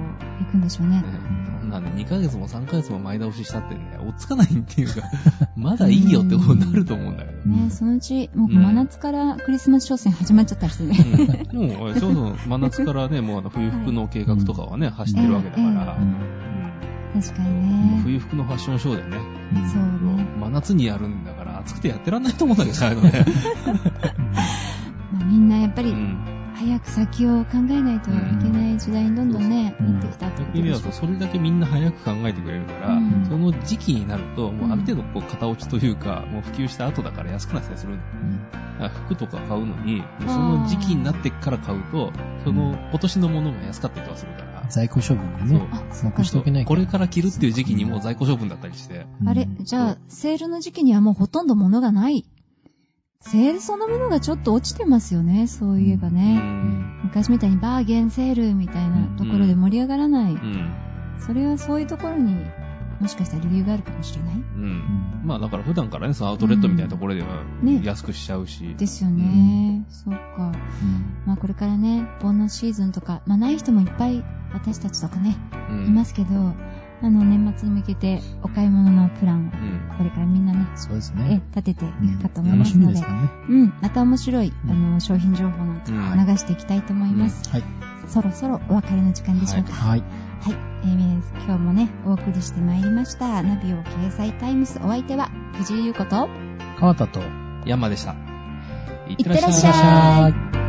Speaker 1: 行くんでしょうね。
Speaker 2: ねなんで2ヶ月も3ヶ月も前倒ししたってね、追っつかないっていうか、 まだいいよってことになると思うんだけど。
Speaker 5: うん
Speaker 1: ね、そのうち、もう真夏からクリスマス商戦始まっちゃったりしてね。
Speaker 2: うん、もう、そうそう、真夏からね、もうあの冬服の計画とかはね、走ってるわけだから、
Speaker 5: うん
Speaker 1: 確かに
Speaker 2: うん
Speaker 1: ね。
Speaker 2: 冬服のファッションショーでね、
Speaker 1: そうね。
Speaker 2: 真夏にやるんだから暑くてやってらんないと思うんだけどさ、あのね。
Speaker 1: まあ、みんなやっぱ
Speaker 2: う
Speaker 1: り、
Speaker 2: ん。
Speaker 1: 早く先を考えないといけない時代にどんどんね、
Speaker 5: うん
Speaker 1: なってきたってこと
Speaker 2: 逆に
Speaker 1: で
Speaker 2: 言え
Speaker 1: しょ
Speaker 2: ば、それだけみんな早く考えてくれるから、
Speaker 1: うん
Speaker 2: その時期になると、もうある程度こう、型落ちというか、もう普及した後だから安くなったりするんだよね。だから服とか買うのに、もうその時期になってから買うと、その今年のものが安かったりとかするから、
Speaker 5: 在庫処分が
Speaker 2: そう
Speaker 5: ね、
Speaker 1: あ、そ
Speaker 5: な
Speaker 1: う
Speaker 5: く
Speaker 1: か
Speaker 5: し。ておけない
Speaker 2: こ
Speaker 5: から
Speaker 2: れから着るっていう時期にもう在庫処分だったりして、
Speaker 5: うん
Speaker 1: あれ、じゃあ、セールの時期にはもうほとんど物がない。セールそのものがちょっと落ちてますよね、そういえば
Speaker 2: う
Speaker 1: ね。
Speaker 2: ん。
Speaker 1: 昔みたいにバーゲンセールみたいなところで盛り上がらない。
Speaker 2: うん。
Speaker 1: それはそういうところにもしかしたら理由があるかもしれない
Speaker 2: うん
Speaker 5: うん
Speaker 2: まあだから普段からね、そのアウトレットみたいなところでは
Speaker 1: ね
Speaker 2: 安くしちゃうし。
Speaker 1: ですよ
Speaker 2: う
Speaker 1: ね、そうか
Speaker 5: うん
Speaker 1: まあこれからね盆のシーズンとかまあない人もいっぱい私たちとかね、
Speaker 2: うん
Speaker 1: いますけどあの年末に向けてお買い物のプラン
Speaker 2: う
Speaker 1: を
Speaker 2: ん。
Speaker 1: これからみんなね
Speaker 5: そうです
Speaker 1: え
Speaker 5: ね。
Speaker 1: 立てていくかと思いま
Speaker 5: 楽
Speaker 1: す
Speaker 5: しみで
Speaker 1: のです
Speaker 5: からね。
Speaker 1: うん、また面白い、
Speaker 5: うん
Speaker 1: あの商品情報なんか
Speaker 2: うん
Speaker 1: を流していきたいと思います、
Speaker 5: はい。
Speaker 1: そろそろお別れの時間でしょうか
Speaker 5: はい。
Speaker 1: はい、えー皆さん今日もねお送りしてまいりましたナビオ掲載タイムスお相手は藤井優子と
Speaker 5: 川田と、いっ
Speaker 2: 山でした。いっ
Speaker 1: いってらっし
Speaker 5: ゃ
Speaker 1: ゃ
Speaker 5: い。